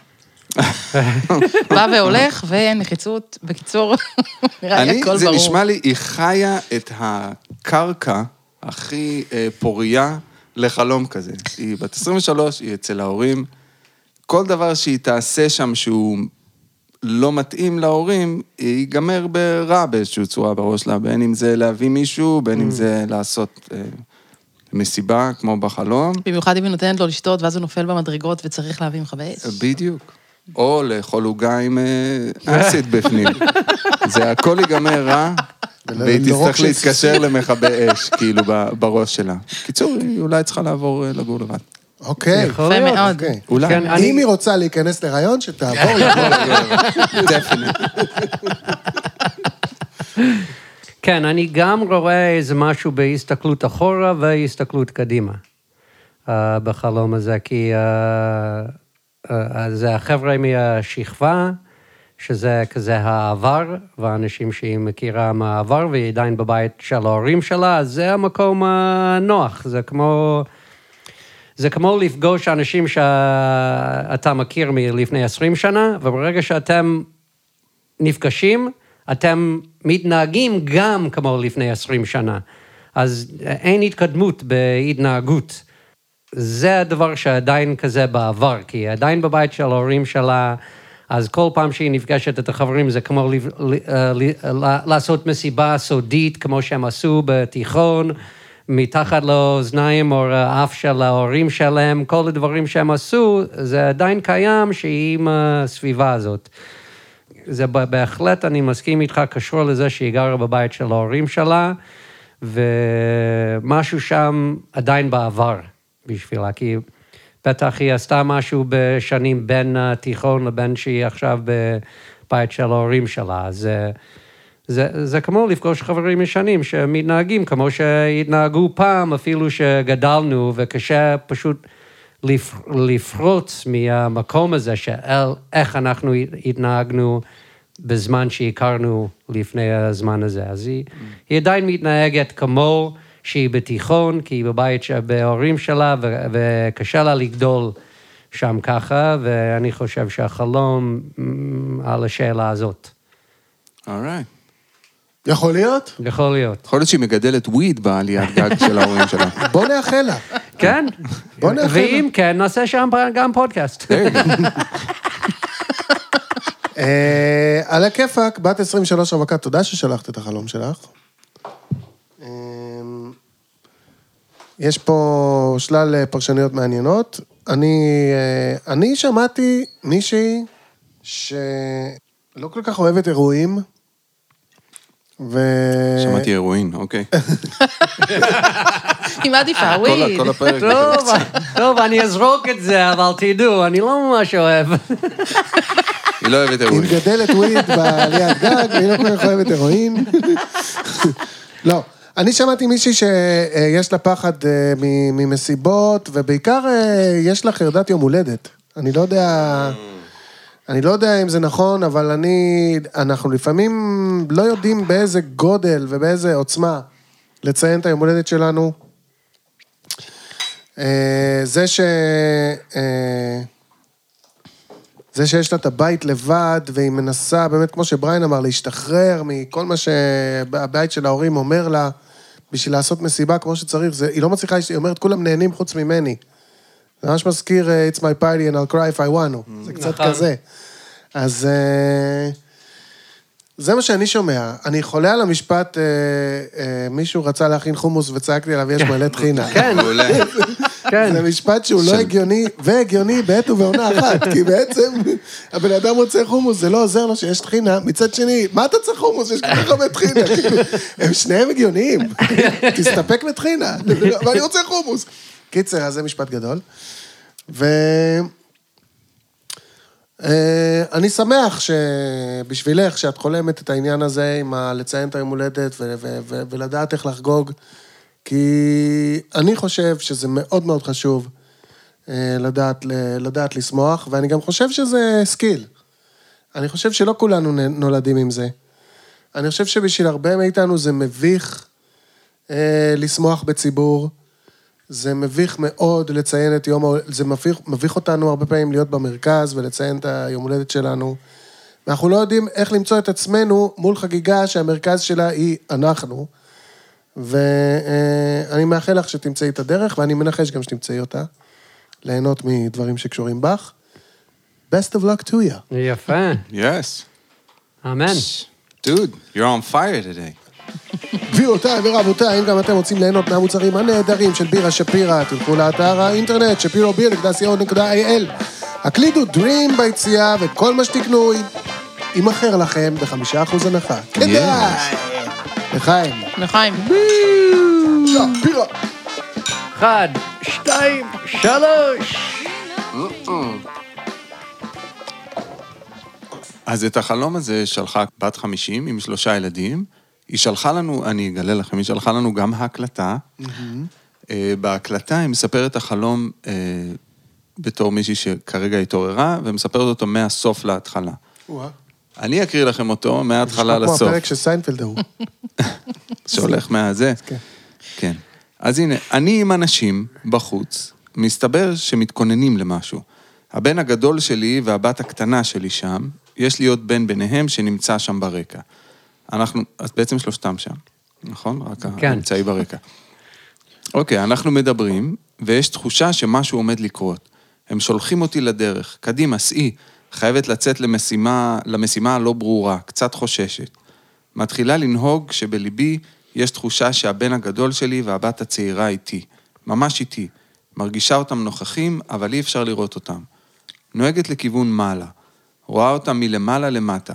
[SPEAKER 6] בא והולך, ואין נחיצות. בקיצור, נראה לי
[SPEAKER 2] אני,
[SPEAKER 6] הכל
[SPEAKER 2] זה
[SPEAKER 6] ברור.
[SPEAKER 2] נשמע לי, היא חיה את הקרקע הכי אה, פורייה לחלום כזה. היא בת 23, היא אצל ההורים. כל דבר שהיא תעשה שם שהוא לא מתאים להורים, היא ייגמר ברע באיזושהי צורה בראש שלה, בין אם זה להביא מישהו, בין
[SPEAKER 6] Mm.
[SPEAKER 2] אם זה לעשות אה, מסיבה, כמו בחלום.
[SPEAKER 6] במיוחד אם היא נותנת לו לשתות, ואז הוא נופל במדרגות וצריך להביא מכבי אש.
[SPEAKER 2] בדיוק. או לאכול עוגה עם אה, אסיד בפנים. זה הכל ייגמר רע, והיא
[SPEAKER 1] ולרוק
[SPEAKER 2] תצטרך
[SPEAKER 1] של
[SPEAKER 2] להתקשר למכבי אש, כאילו, ב- בראש שלה. קיצור, היא אולי צריכה לעבור אה, לגור לבד.
[SPEAKER 1] אוקיי.
[SPEAKER 2] לא
[SPEAKER 3] יכול
[SPEAKER 6] יפה
[SPEAKER 3] להיות.
[SPEAKER 6] מאוד.
[SPEAKER 1] אוקיי.
[SPEAKER 2] אולי.
[SPEAKER 3] כן, נכון. אני-
[SPEAKER 1] אם היא רוצה להיכנס להיריון, שתעבור לכל...
[SPEAKER 3] כן, אני גם רואה איזה משהו בהסתכלות אחורה והסתכלות קדימה uh, בחלום הזה, כי uh, uh, זה החבר'ה מהשכבה, שזה כזה העבר, והאנשים שהיא מכירה מהעבר, והיא עדיין בבית של ההורים שלה, אז זה המקום הנוח, זה כמו... זה כמו לפגוש אנשים שאתה מכיר מלפני 20 שנה, וברגע שאתם נפגשים, אתם מתנהגים גם כמו לפני 20 שנה. אז אין התקדמות בהתנהגות. זה הדבר שעדיין כזה בעבר, כי היא עדיין בבית של ההורים שלה, אז כל פעם שהיא נפגשת את החברים זה כמו לב- ל- אה, ל- ל- לעשות מסיבה סודית, כמו שהם עשו בתיכון, מתחת לאוזניים או האף של ההורים שלהם, כל הדברים שהם עשו, זה עדיין קיים שהיא עם הסביבה הזאת. זה ב- בהחלט, אני מסכים איתך, קשור לזה שהיא גרה בבית של ההורים שלה, ומשהו שם עדיין בעבר בשבילה, כי בטח היא עשתה משהו בשנים בין התיכון לבין שהיא עכשיו בבית של ההורים שלה, אז אה, זה, זה כמו לפגוש חברים ישנים שמתנהגים כמו שהתנהגו פעם, אפילו שגדלנו, וקשה פשוט... לפ- לפרוץ מהמקום הזה של איך אנחנו התנהגנו בזמן שהכרנו לפני הזמן הזה. אז היא, היא עדיין מתנהגת כמו שהיא בתיכון, כי היא בבית ש- בהורים שלה, ו- וקשה לה לגדול שם ככה, ואני חושב שהחלום מ, על השאלה הזאת.
[SPEAKER 2] אורייט.
[SPEAKER 1] יכול להיות?
[SPEAKER 3] יכול להיות.
[SPEAKER 2] יכול להיות שהיא מגדלת וויד בעליית גג של ההורים שלה.
[SPEAKER 1] בוא נאחל לה.
[SPEAKER 3] כן?
[SPEAKER 1] בוא נאחל לה.
[SPEAKER 3] ואם כן, נעשה שם גם פודקאסט.
[SPEAKER 1] אה, על הכיפאק, בת 23 רווקה, תודה ששלחת את החלום שלך. אה, יש פה שלל אה, פרשנויות מעניינות. אני, אה, אני שמעתי מישהי שלא כל כך אוהבת אירועים, ו...
[SPEAKER 2] שמעתי הרואין, אוקיי.
[SPEAKER 6] היא מעדיפה,
[SPEAKER 2] כל ה-
[SPEAKER 6] וויד.
[SPEAKER 2] כל הפרק. הזה.
[SPEAKER 3] טוב, טוב, אני אזרוק את זה, אבל תדעו, אני לא ממש אוהב.
[SPEAKER 2] היא לא אוהבת
[SPEAKER 1] היא
[SPEAKER 2] הרואין.
[SPEAKER 1] מגדלת וויד בעליית גג, והיא לא כל כך אוהבת הירואין. לא. אני שמעתי מישהי שיש לה פחד אה, מ- ממסיבות, ובעיקר אה, יש לה חרדת יום הולדת. אני לא יודע... אני לא יודע אם זה נכון, אבל אני... אנחנו לפעמים לא יודעים באיזה גודל ובאיזה עוצמה לציין את היום הולדת שלנו. אה, זה ש... אה, זה שיש לה את הבית לבד, והיא מנסה, באמת, כמו שבריין אמר, להשתחרר מכל מה שהבית של ההורים אומר לה, בשביל לעשות מסיבה כמו שצריך, זה, היא לא מצליחה, היא אומרת, כולם נהנים חוץ ממני. זה ממש מזכיר אה, It's my party and I'll cry if I want to. זה קצת
[SPEAKER 3] נכון.
[SPEAKER 1] כזה. אז... אה, זה מה שאני שומע. אני חולה על המשפט, אה, אה, מישהו רצה להכין חומוס וצעקתי עליו, יש מלא טחינה.
[SPEAKER 3] כן,
[SPEAKER 2] מעולה.
[SPEAKER 3] כן.
[SPEAKER 1] זה משפט שהוא לא
[SPEAKER 2] של-
[SPEAKER 1] הגיוני, והגיוני בעת ובעונה אחת, כי בעצם הבן אדם רוצה חומוס, זה לא עוזר לו שיש טחינה, מצד שני, מה אתה צריך חומוס, יש כל כך הרבה טחינה, כאילו, הם שניהם הגיוניים, תסתפק בטחינה, אבל אני רוצה חומוס. קיצר, אז זה משפט גדול. ו... אה, אני שמח שבשבילך, שאת חולמת את העניין הזה עם ה- לציין את היום הולדת ו- ו- ו- ולדעת איך לחגוג, כי אני חושב שזה מאוד מאוד חשוב אה, לדעת, ל- לדעת לשמוח, ואני גם חושב שזה סקיל. אני חושב שלא כולנו נ- נולדים עם זה. אני חושב שבשביל הרבה מאיתנו זה מביך אה, לשמוח בציבור, זה מביך מאוד לציין את יום ההולדת, זה מביך, מביך אותנו הרבה פעמים להיות במרכז ולציין את היום הולדת שלנו. ואנחנו לא יודעים איך למצוא את עצמנו מול חגיגה שהמרכז שלה היא אנחנו. ואני מאחל לך שתמצאי את הדרך, ואני מנחש גם שתמצאי אותה, ליהנות מדברים שקשורים בך. Best of luck to you.
[SPEAKER 3] יפה,
[SPEAKER 2] Yes.
[SPEAKER 3] אמן.
[SPEAKER 2] Dude, you're on fire today.
[SPEAKER 1] גבירותיי ורבותיי, אם גם אתם רוצים ליהנות מהמוצרים הנהדרים של בירה שפירא, תלכו לאתר האינטרנט שפירוביר.co.il. הקלידו דרים ביציאה, וכל מה שתקנו י- יימכר לכם בחמישה אחוז הנחה. כדאי! לחיים.
[SPEAKER 6] לחיים.
[SPEAKER 2] כן,
[SPEAKER 1] שפירא.
[SPEAKER 3] אחד, שתיים, שלוש.
[SPEAKER 2] אז את החלום הזה שלחה בת 50 עם שלושה ילדים. היא שלחה לנו, אני אגלה לכם, היא שלחה לנו גם הקלטה.
[SPEAKER 1] Mm-hmm.
[SPEAKER 2] אה, בהקלטה היא מספרת את החלום אה, בתור מישהי שכרגע התעוררה, ומספרת אותו מהסוף להתחלה. אני אקריא לכם אותו מההתחלה
[SPEAKER 1] כמו
[SPEAKER 2] לסוף.
[SPEAKER 1] הפרק של סיינפלד ההוא.
[SPEAKER 2] שהולך מהזה. כן. אז הנה, אני עם אנשים בחוץ, מסתבר שמתכוננים למשהו. הבן הגדול שלי והבת הקטנה שלי שם, יש לי עוד בן ביניהם שנמצא שם ברקע. אנחנו, אז בעצם שלושתם שם, נכון? רק
[SPEAKER 3] כן.
[SPEAKER 2] האמצעי ברקע. אוקיי, אנחנו מדברים, ויש תחושה שמשהו עומד לקרות. הם שולחים אותי לדרך, קדימה, סעי, חייבת לצאת למשימה, למשימה הלא ברורה, קצת חוששת. מתחילה לנהוג שבליבי יש תחושה שהבן הגדול שלי והבת הצעירה איתי, ממש איתי. מרגישה אותם נוכחים, אבל אי אפשר לראות אותם. נוהגת לכיוון מעלה, רואה אותם מלמעלה למטה.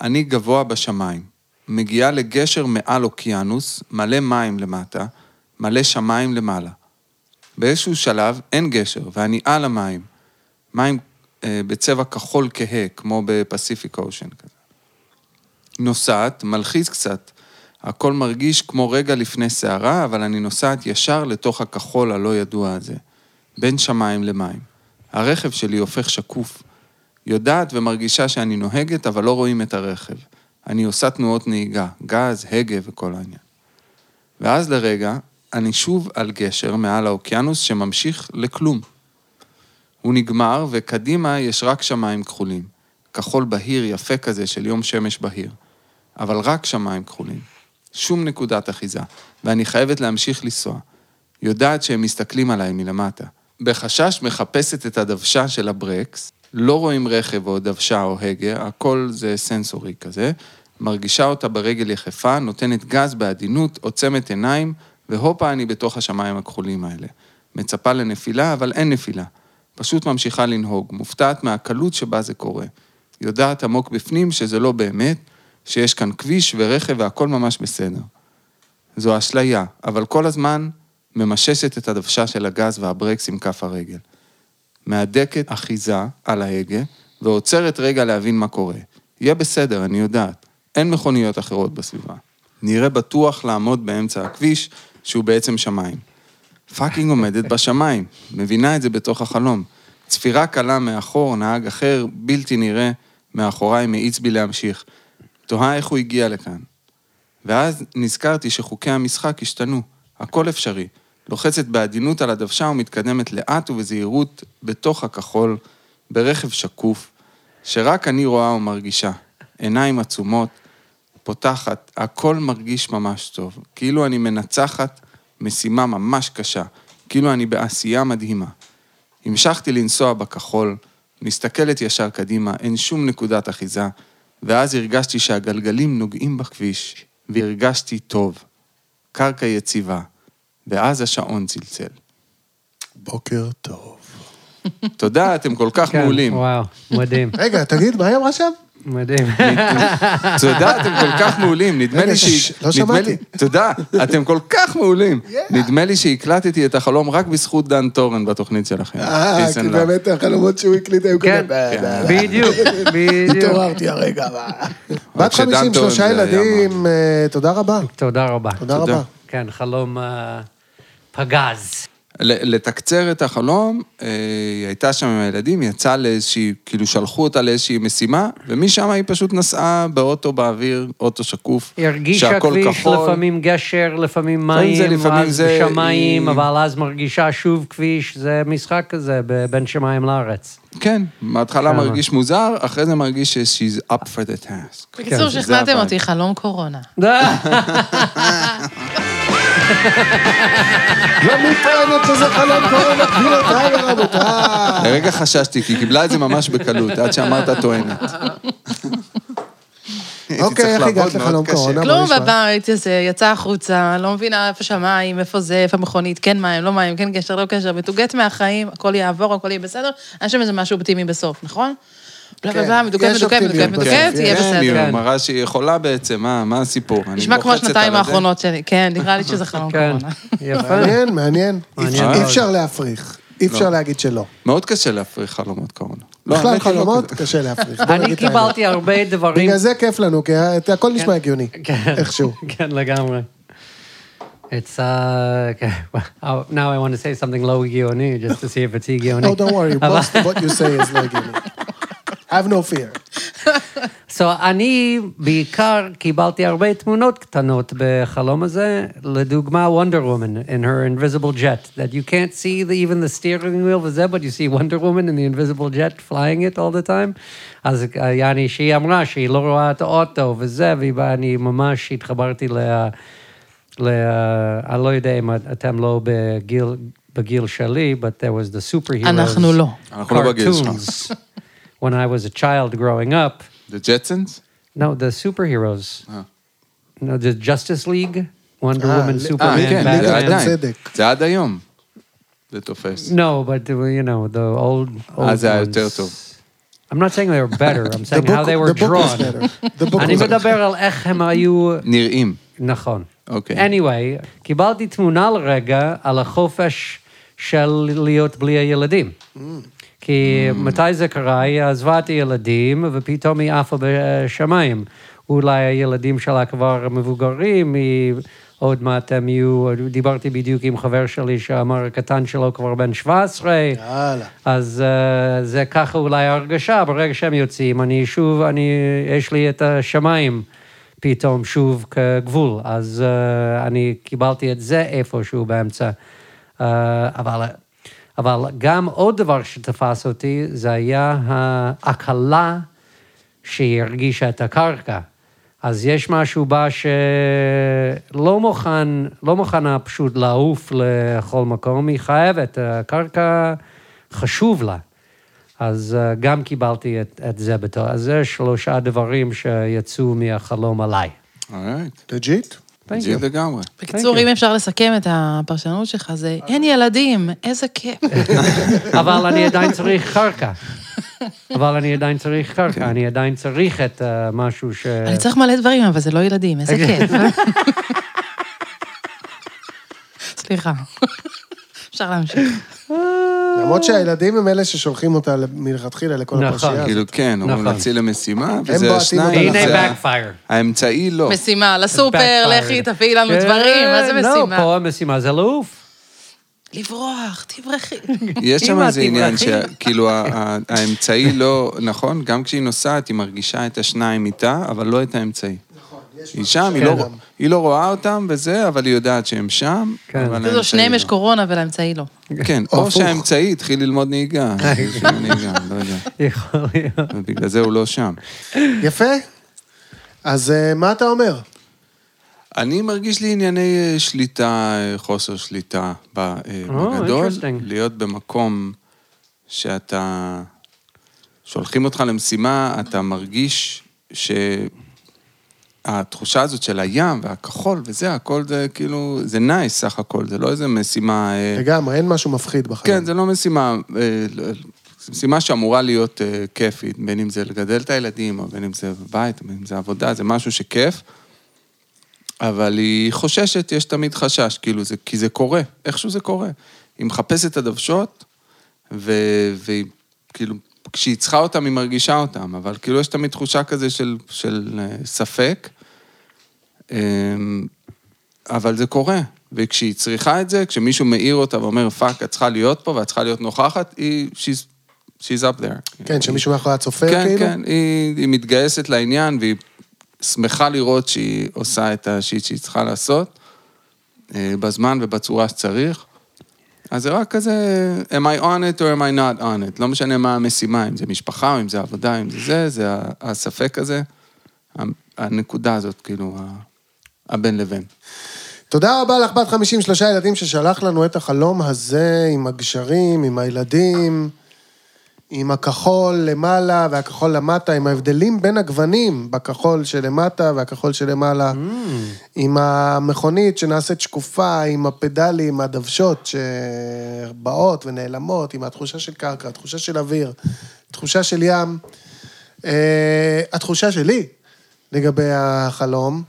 [SPEAKER 2] אני גבוה בשמיים. מגיעה לגשר מעל אוקיינוס, מלא מים למטה, מלא שמיים למעלה. באיזשהו שלב אין גשר, ואני על המים. מים אה, בצבע כחול כהה, כמו בפסיפיק אושן כזה. נוסעת, מלחיץ קצת. הכל מרגיש כמו רגע לפני סערה, אבל אני נוסעת ישר לתוך הכחול הלא ידוע הזה. בין שמיים למים. הרכב שלי הופך שקוף. יודעת ומרגישה שאני נוהגת, אבל לא רואים את הרכב. אני עושה תנועות נהיגה, גז, הגה וכל העניין. ואז לרגע, אני שוב על גשר מעל האוקיינוס שממשיך לכלום. הוא נגמר, וקדימה יש רק שמיים כחולים. כחול בהיר יפה כזה של יום שמש בהיר. אבל רק שמיים כחולים. שום נקודת אחיזה, ואני חייבת להמשיך לנסוע. יודעת שהם מסתכלים עליי מלמטה. בחשש מחפשת את הדוושה של הברקס, לא רואים רכב או דוושה או הגה, הכל זה סנסורי כזה. מרגישה אותה ברגל יחפה, נותנת גז בעדינות, עוצמת עיניים, והופה אני בתוך השמיים הכחולים האלה. מצפה לנפילה, אבל אין נפילה. פשוט ממשיכה לנהוג, מופתעת מהקלות שבה זה קורה. יודעת עמוק בפנים שזה לא באמת, שיש כאן כביש ורכב והכל ממש בסדר. זו אשליה, אבל כל הזמן ממששת את הדוושה של הגז והברקס עם כף הרגל. מהדקת אחיזה על ההגה, ועוצרת רגע להבין מה קורה. יהיה בסדר, אני יודעת. אין מכוניות אחרות בסביבה. נראה בטוח לעמוד באמצע הכביש, שהוא בעצם שמיים. פאקינג עומדת בשמיים, מבינה את זה בתוך החלום. צפירה קלה מאחור, נהג אחר, בלתי נראה, מאחוריי מאיץ בי להמשיך. תוהה איך הוא הגיע לכאן. ואז נזכרתי שחוקי המשחק השתנו, הכל אפשרי. לוחצת בעדינות על הדוושה ומתקדמת לאט ובזהירות בתוך הכחול, ברכב שקוף, שרק אני רואה ומרגישה. עיניים עצומות, פותחת, הכל מרגיש ממש טוב. כאילו אני מנצחת משימה ממש קשה, כאילו אני בעשייה מדהימה. המשכתי לנסוע בכחול, מסתכלת ישר קדימה, אין שום נקודת אחיזה, ואז הרגשתי שהגלגלים נוגעים בכביש, והרגשתי טוב. קרקע יציבה, ואז השעון צלצל.
[SPEAKER 1] בוקר טוב.
[SPEAKER 2] תודה, אתם כל כך
[SPEAKER 3] כן,
[SPEAKER 2] מעולים.
[SPEAKER 3] וואו, מדהים,
[SPEAKER 1] רגע, תגיד, מה היא אמרה שם?
[SPEAKER 3] מדהים.
[SPEAKER 2] תודה, אתם כל כך מעולים. נדמה
[SPEAKER 1] רגע,
[SPEAKER 2] לי ש...
[SPEAKER 1] שש, לא שמעתי.
[SPEAKER 2] תודה, אתם כל כך מעולים. נדמה לי שהקלטתי את החלום רק בזכות דן טורן בתוכנית שלכם.
[SPEAKER 1] אה,
[SPEAKER 2] Peace and
[SPEAKER 1] כי
[SPEAKER 2] love.
[SPEAKER 1] באמת החלומות שהוא הקליט היו כאלה.
[SPEAKER 3] כן, בדיוק, בדיוק.
[SPEAKER 1] התעוררתי הרגע. בת
[SPEAKER 2] כשדן
[SPEAKER 1] 50,
[SPEAKER 2] טוען
[SPEAKER 1] שלושה
[SPEAKER 2] זה היה
[SPEAKER 1] ילדים, אה, תודה רבה.
[SPEAKER 3] תודה רבה.
[SPEAKER 1] תודה
[SPEAKER 2] תודה.
[SPEAKER 1] רבה.
[SPEAKER 3] כן, חלום אה, פגז.
[SPEAKER 2] ל- לתקצר את החלום, אה, היא הייתה שם עם הילדים, היא יצאה לאיזושהי, כאילו שלחו אותה לאיזושהי משימה, ומשם היא פשוט נסעה באוטו באוויר, אוטו שקוף,
[SPEAKER 3] היא הרגישה
[SPEAKER 2] שהכל
[SPEAKER 3] כביש,
[SPEAKER 2] כחול.
[SPEAKER 3] לפעמים גשר, לפעמים
[SPEAKER 2] לפעמים זה,
[SPEAKER 3] מים,
[SPEAKER 2] לפעמים
[SPEAKER 3] אז
[SPEAKER 2] זה, אה,
[SPEAKER 3] שמיים,
[SPEAKER 2] היא-
[SPEAKER 3] אבל אז מרגישה שוב כביש, זה משחק כזה ב- בין שמיים לארץ.
[SPEAKER 2] כן, בהתחלה
[SPEAKER 3] שמה.
[SPEAKER 2] מרגיש מוזר, אחרי זה מרגיש ש- she's up for the task.
[SPEAKER 6] בקיצור,
[SPEAKER 2] זה
[SPEAKER 6] שכנעתם
[SPEAKER 2] הבעיה.
[SPEAKER 6] אותי, חלום קורונה.
[SPEAKER 3] אה,
[SPEAKER 1] לא מי טוענת שזה חלום קורונה, תנו לו טיימר, רבותיי.
[SPEAKER 2] לרגע חששתי, כי היא קיבלה את זה ממש בקלות, עד שאמרת טוענת. הייתי
[SPEAKER 1] אוקיי,
[SPEAKER 2] צריך
[SPEAKER 1] איך הגעת
[SPEAKER 2] לעבוד מאוד
[SPEAKER 1] לחלום
[SPEAKER 2] קשה.
[SPEAKER 1] קורונה?
[SPEAKER 3] לא,
[SPEAKER 1] בוא
[SPEAKER 6] כלום
[SPEAKER 1] נשמע.
[SPEAKER 6] בבית הזה, יצא החוצה, לא מבינה איפה שמיים, איפה זה, איפה מכונית, כן מים, לא מים, כן גשר, לא גשר, מתוגת מהחיים, הכל יעבור, הכל יהיה בסדר, אין שם איזה משהו אופטימי בסוף, נכון? בלה בלה בלה, מדוכאת,
[SPEAKER 1] יש
[SPEAKER 6] מדוכאת, מדוכאת,
[SPEAKER 1] אופטימיות בסוף,
[SPEAKER 6] מדוכאת, יהיה
[SPEAKER 2] כן, היא
[SPEAKER 6] בסדר.
[SPEAKER 2] מראה שהיא יכולה בעצם, מה, מה הסיפור? אני
[SPEAKER 6] נשמע כמו
[SPEAKER 2] לוחצת
[SPEAKER 6] השנתיים
[SPEAKER 2] על הזה.
[SPEAKER 6] האחרונות שלי, כן, נראה לי שזה חלום
[SPEAKER 3] כן,
[SPEAKER 6] קורונה.
[SPEAKER 3] יפה.
[SPEAKER 1] מעניין, מעניין. אי אפשר-
[SPEAKER 3] מעניין
[SPEAKER 1] אי
[SPEAKER 3] מאוד.
[SPEAKER 1] אפשר להפריך. אי אפשר להגיד שלא.
[SPEAKER 2] מאוד קשה להפריך חלומות קורונה. לא,
[SPEAKER 1] בכלל
[SPEAKER 2] האמת היא לא
[SPEAKER 1] חלומות
[SPEAKER 2] כזה.
[SPEAKER 1] קשה להפריך. בוא
[SPEAKER 3] אני
[SPEAKER 1] נגיד את האמת.
[SPEAKER 3] קיבלתי הרבה דברים.
[SPEAKER 1] בגלל זה כיף לנו, כי את- הכל נשמע הגיוני.
[SPEAKER 3] כן.
[SPEAKER 1] איכשהו.
[SPEAKER 3] כן, לגמרי. It's, uh, okay. well, now I want to say something low גאוני, just to see if it's אי גאוני.
[SPEAKER 1] No, don't worry, most of what you say is לא הגיוני. have no fear.
[SPEAKER 3] So, אני בעיקר קיבלתי הרבה תמונות קטנות בחלום הזה, לדוגמה Wonder Woman in her invisible jet, that you can't see the, even the steering wheel וזה, but you see Wonder Woman in the invisible jet flying it all the time. אז אה, יעני שהיא אמרה שהיא לא רואה את האוטו וזה, ואני ממש התחברתי ל... ל... אני לא יודע אם אתם לא בגיל, בגיל שלי, but there was the superheroes.
[SPEAKER 6] אנחנו לא.
[SPEAKER 2] אנחנו לא בגיל שלך.
[SPEAKER 3] cartoons When I was a child growing up,
[SPEAKER 2] The Jetsons?
[SPEAKER 3] No, the superheroes.
[SPEAKER 2] Oh.
[SPEAKER 3] No, the Justice League, Wonder
[SPEAKER 1] Ah,
[SPEAKER 3] Woman,
[SPEAKER 1] li-
[SPEAKER 2] אה,
[SPEAKER 3] Superman,
[SPEAKER 1] Superman,
[SPEAKER 2] כן,
[SPEAKER 1] ליגת
[SPEAKER 2] זה
[SPEAKER 1] Batman.
[SPEAKER 2] עדיין.
[SPEAKER 1] הצדק.
[SPEAKER 2] זה עד היום. זה תופס.
[SPEAKER 3] No, but uh, you know the old. old
[SPEAKER 2] אז זה היה
[SPEAKER 3] ones.
[SPEAKER 2] יותר טוב.
[SPEAKER 3] I'm not saying they were better. I'm
[SPEAKER 1] The
[SPEAKER 3] saying how
[SPEAKER 1] book
[SPEAKER 3] they were
[SPEAKER 1] the book was
[SPEAKER 3] drawn.
[SPEAKER 1] better. The book
[SPEAKER 3] אני
[SPEAKER 1] was better.
[SPEAKER 3] מדבר על איך הם היו
[SPEAKER 2] נראים.
[SPEAKER 3] נכון.
[SPEAKER 2] אוקיי.
[SPEAKER 3] anyway, קיבלתי תמונה לרגע על החופש של להיות בלי הילדים. כי מתי זה קרה? היא עזבה את הילדים, ופתאום היא עפה בשמיים. אולי הילדים שלה כבר מבוגרים, היא... עוד מעט הם יהיו... דיברתי בדיוק עם חבר שלי שאמר, הקטן שלו כבר בן 17.
[SPEAKER 1] יאללה.
[SPEAKER 3] אז uh, זה ככה אולי ההרגשה, ברגע שהם יוצאים, אני שוב, אני, יש לי את השמיים פתאום שוב כגבול, אז uh, אני קיבלתי את זה איפשהו באמצע. Uh, אבל, אבל גם עוד דבר שתפס אותי, זה היה ההקלה שהיא הרגישה את הקרקע. אז יש משהו בה שלא מוכן, לא מוכנה פשוט לעוף לכל מקום, היא חייבת, הקרקע חשוב לה. אז אה, גם קיבלתי את, את זה בתור, אז זה שלושה דברים שיצאו מהחלום עליי.
[SPEAKER 2] אורייט.
[SPEAKER 1] תג'יט?
[SPEAKER 3] Thank
[SPEAKER 2] זה
[SPEAKER 3] you.
[SPEAKER 2] לגמרי.
[SPEAKER 6] בקיצור, אם אפשר לסכם את הפרשנות שלך, זה אין ילדים, איזה כיף.
[SPEAKER 3] אבל אני עדיין צריך קרקע. אבל אני עדיין צריך קרקע, אני עדיין צריך את אה, משהו ש...
[SPEAKER 6] אני צריך מלא דברים, אבל זה לא ילדים, איזה
[SPEAKER 3] אוקיי.
[SPEAKER 6] כיף. סליחה. אפשר להמשיך.
[SPEAKER 3] אוקיי.
[SPEAKER 1] למרות שהילדים הם אלה ששולחים אותה מלכתחילה לכל
[SPEAKER 3] נכון.
[SPEAKER 1] הפרשייה הזאת.
[SPEAKER 2] כאילו, כן, אומרים
[SPEAKER 3] נכון.
[SPEAKER 2] להציל למשימה,
[SPEAKER 1] בועטים
[SPEAKER 2] וזה השניים.
[SPEAKER 1] אותה
[SPEAKER 3] הנה
[SPEAKER 2] זה ה-
[SPEAKER 3] backfire.
[SPEAKER 2] האמצעי לא.
[SPEAKER 6] משימה לסופר,
[SPEAKER 3] backfired.
[SPEAKER 6] לכי תביאי לנו דברים, מה זה
[SPEAKER 3] כן, לא,
[SPEAKER 6] משימה?
[SPEAKER 3] פה המשימה זה לעוף.
[SPEAKER 6] לברוח, תברחי.
[SPEAKER 2] יש שם
[SPEAKER 3] אמא,
[SPEAKER 2] איזה עניין
[SPEAKER 3] תברחי.
[SPEAKER 2] שכאילו ה- ה- האמצעי לא, נכון? גם כשהיא נוסעת, היא מרגישה את השניים איתה, אבל לא את האמצעי. היא שם, היא לא
[SPEAKER 3] כן.
[SPEAKER 2] רוא- היא לא רואה אותם וזה, אבל היא יודעת שהם שם,
[SPEAKER 3] כן.
[SPEAKER 2] אבל האמצעי
[SPEAKER 6] זהו,
[SPEAKER 2] לא.
[SPEAKER 6] שניהם יש קורונה ולאמצעי לא.
[SPEAKER 2] כן,
[SPEAKER 1] או
[SPEAKER 2] או
[SPEAKER 1] הפוך.
[SPEAKER 2] שהאמצעי התחיל ללמוד נהיגה. הוא שיעור נהיגה, לא יודע.
[SPEAKER 3] יכול להיות.
[SPEAKER 2] ובגלל זה הוא לא שם.
[SPEAKER 1] יפה. אז אה, מה אתה אומר?
[SPEAKER 2] אני מרגיש לי ענייני אה, שליטה, אה, חוסר שליטה ב- אה, בגדול.
[SPEAKER 3] interesting.
[SPEAKER 2] להיות במקום שאתה... שולחים אותך למשימה, אתה מרגיש שהתחושה הזאת של הים והכחול וזה, הכל זה כאילו, זה נייס סך הכל, זה לא איזה משימה... אה,
[SPEAKER 1] לגמרי, אין משהו מפחיד בחיים.
[SPEAKER 2] כן, זה לא משימה, אה, לא- זו משימה שאמורה להיות אה, כיפית, בין אם זה לגדל את הילדים, או בין אם זה בבית, בין אם זה עבודה, זה משהו שכיף. אבל היא חוששת, יש תמיד חשש, כאילו, זה, כי זה קורה, איכשהו זה קורה. היא מחפשת את הדוושות, ו, והיא, כאילו, כשהיא צריכה אותם, היא מרגישה אותם, אבל כאילו, יש תמיד תחושה כזה של, של אה, ספק. אמ, אבל זה קורה, וכשהיא צריכה את זה, כשמישהו מעיר אותה ואומר, פאק, את צריכה להיות פה ואת צריכה להיות נוכחת, היא, she's, she's up there.
[SPEAKER 1] כן, שמישהו מאחוריה צופה,
[SPEAKER 2] כן,
[SPEAKER 1] כאילו?
[SPEAKER 2] כן, היא, היא מתגייסת לעניין והיא שמחה לראות שהיא עושה את השיט שהיא צריכה לעשות, אה, בזמן ובצורה שצריך. אז זה רק כזה, am I on it or am I not on it? לא משנה מה המשימה, אם זה משפחה, אם זה עבודה, אם זה זה, זה ה- הספק הזה, ה- הנקודה הזאת, כאילו, ה- הבין לבין.
[SPEAKER 1] תודה רבה לך, בת 53 ילדים, ששלח לנו את החלום הזה עם הגשרים, עם הילדים, עם הכחול למעלה והכחול למטה, עם ההבדלים בין הגוונים בכחול שלמטה והכחול שלמעלה, עם המכונית שנעשית שקופה, עם הפדלים, הדוושות שבאות ונעלמות, עם התחושה של קרקע, התחושה של אוויר, התחושה של ים. אה, התחושה שלי לגבי החלום,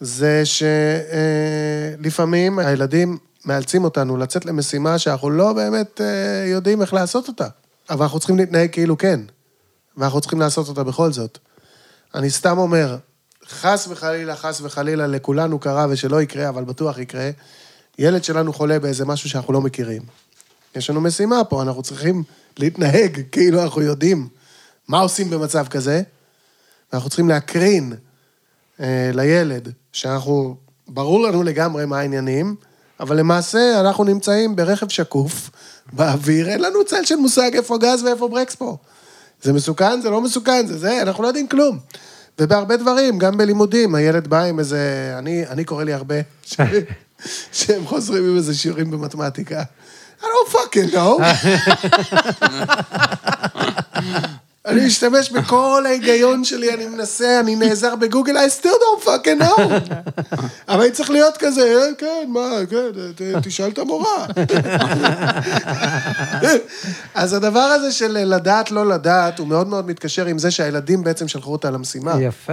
[SPEAKER 1] זה שלפעמים הילדים מאלצים אותנו לצאת למשימה שאנחנו לא באמת אה, יודעים איך לעשות אותה, אבל אנחנו צריכים להתנהג כאילו כן, ואנחנו צריכים לעשות אותה בכל זאת. אני סתם אומר, חס וחלילה, חס וחלילה, לכולנו קרה ושלא יקרה, אבל בטוח יקרה, ילד שלנו חולה באיזה משהו שאנחנו לא מכירים. יש לנו משימה פה, אנחנו צריכים להתנהג כאילו אנחנו יודעים מה עושים במצב כזה, ואנחנו צריכים להקרין אה, לילד, שאנחנו, ברור לנו לגמרי מה העניינים, אבל למעשה אנחנו נמצאים ברכב שקוף, באוויר, אין לנו צל של מושג איפה גז ואיפה ברקס פה. זה מסוכן, זה לא מסוכן, זה זה, אנחנו לא יודעים כלום. ובהרבה דברים, גם בלימודים, הילד בא עם איזה, אני, אני קורא לי הרבה, ש- שהם חוזרים עם איזה שיעורים במתמטיקה. I don't fucking know. אני משתמש בכל ההיגיון שלי, אני מנסה, אני נעזר בגוגל, I still don't fucking know. אבל אני צריך להיות כזה, "אה, כן, מה, כן, ת- תשאל את המורה. אז הדבר הזה של לדעת, לא לדעת, הוא מאוד מאוד מתקשר עם זה שהילדים בעצם שלחו אותה למשימה.
[SPEAKER 3] יפה.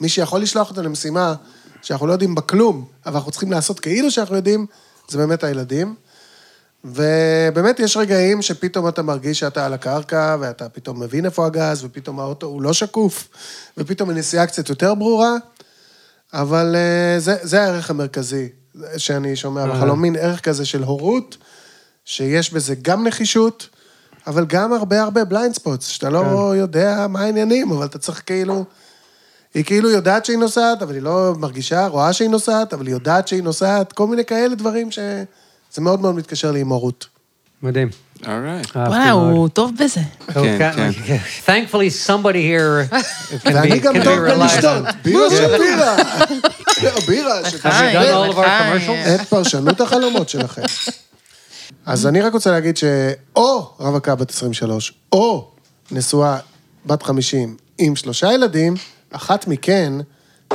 [SPEAKER 1] מי שיכול לשלוח אותנו למשימה שאנחנו לא יודעים בה כלום, אבל אנחנו צריכים לעשות כאילו שאנחנו יודעים, זה באמת הילדים. ובאמת יש רגעים שפתאום אתה מרגיש שאתה על הקרקע, ואתה פתאום מבין איפה הגז, ופתאום האוטו הוא לא שקוף, ופתאום הנסיעה קצת יותר ברורה, אבל אה, זה, זה הערך המרכזי שאני שומע בחלום, מין ערך כזה של הורות, שיש בזה גם נחישות, אבל גם הרבה הרבה בליינד ספוטס, שאתה לא יודע מה העניינים, אבל אתה צריך כאילו... היא כאילו יודעת שהיא נוסעת, אבל היא לא מרגישה, רואה שהיא נוסעת, אבל היא יודעת שהיא נוסעת, כל מיני כאלה דברים ש... זה מאוד מאוד מתקשר לי עם הורות.
[SPEAKER 3] מדהים.
[SPEAKER 2] אורייט.
[SPEAKER 3] אהבתי
[SPEAKER 6] וואלה,
[SPEAKER 3] מאוד.
[SPEAKER 6] הוא טוב בזה.
[SPEAKER 2] כן, כן.
[SPEAKER 3] Thankfully, somebody here can
[SPEAKER 1] ואני
[SPEAKER 3] be,
[SPEAKER 1] גם
[SPEAKER 3] can
[SPEAKER 1] טוב
[SPEAKER 3] be relied
[SPEAKER 1] בלשתות,
[SPEAKER 3] on.
[SPEAKER 1] בירה של בירה. לא, בירה של
[SPEAKER 6] לחיים,
[SPEAKER 3] done all of our
[SPEAKER 6] לחיים.
[SPEAKER 3] commercials?
[SPEAKER 1] את פרשנות החלומות שלכם. אז אני רק רוצה להגיד שאו רווקה בת 23, או נשואה בת 50 עם שלושה ילדים, אחת מכן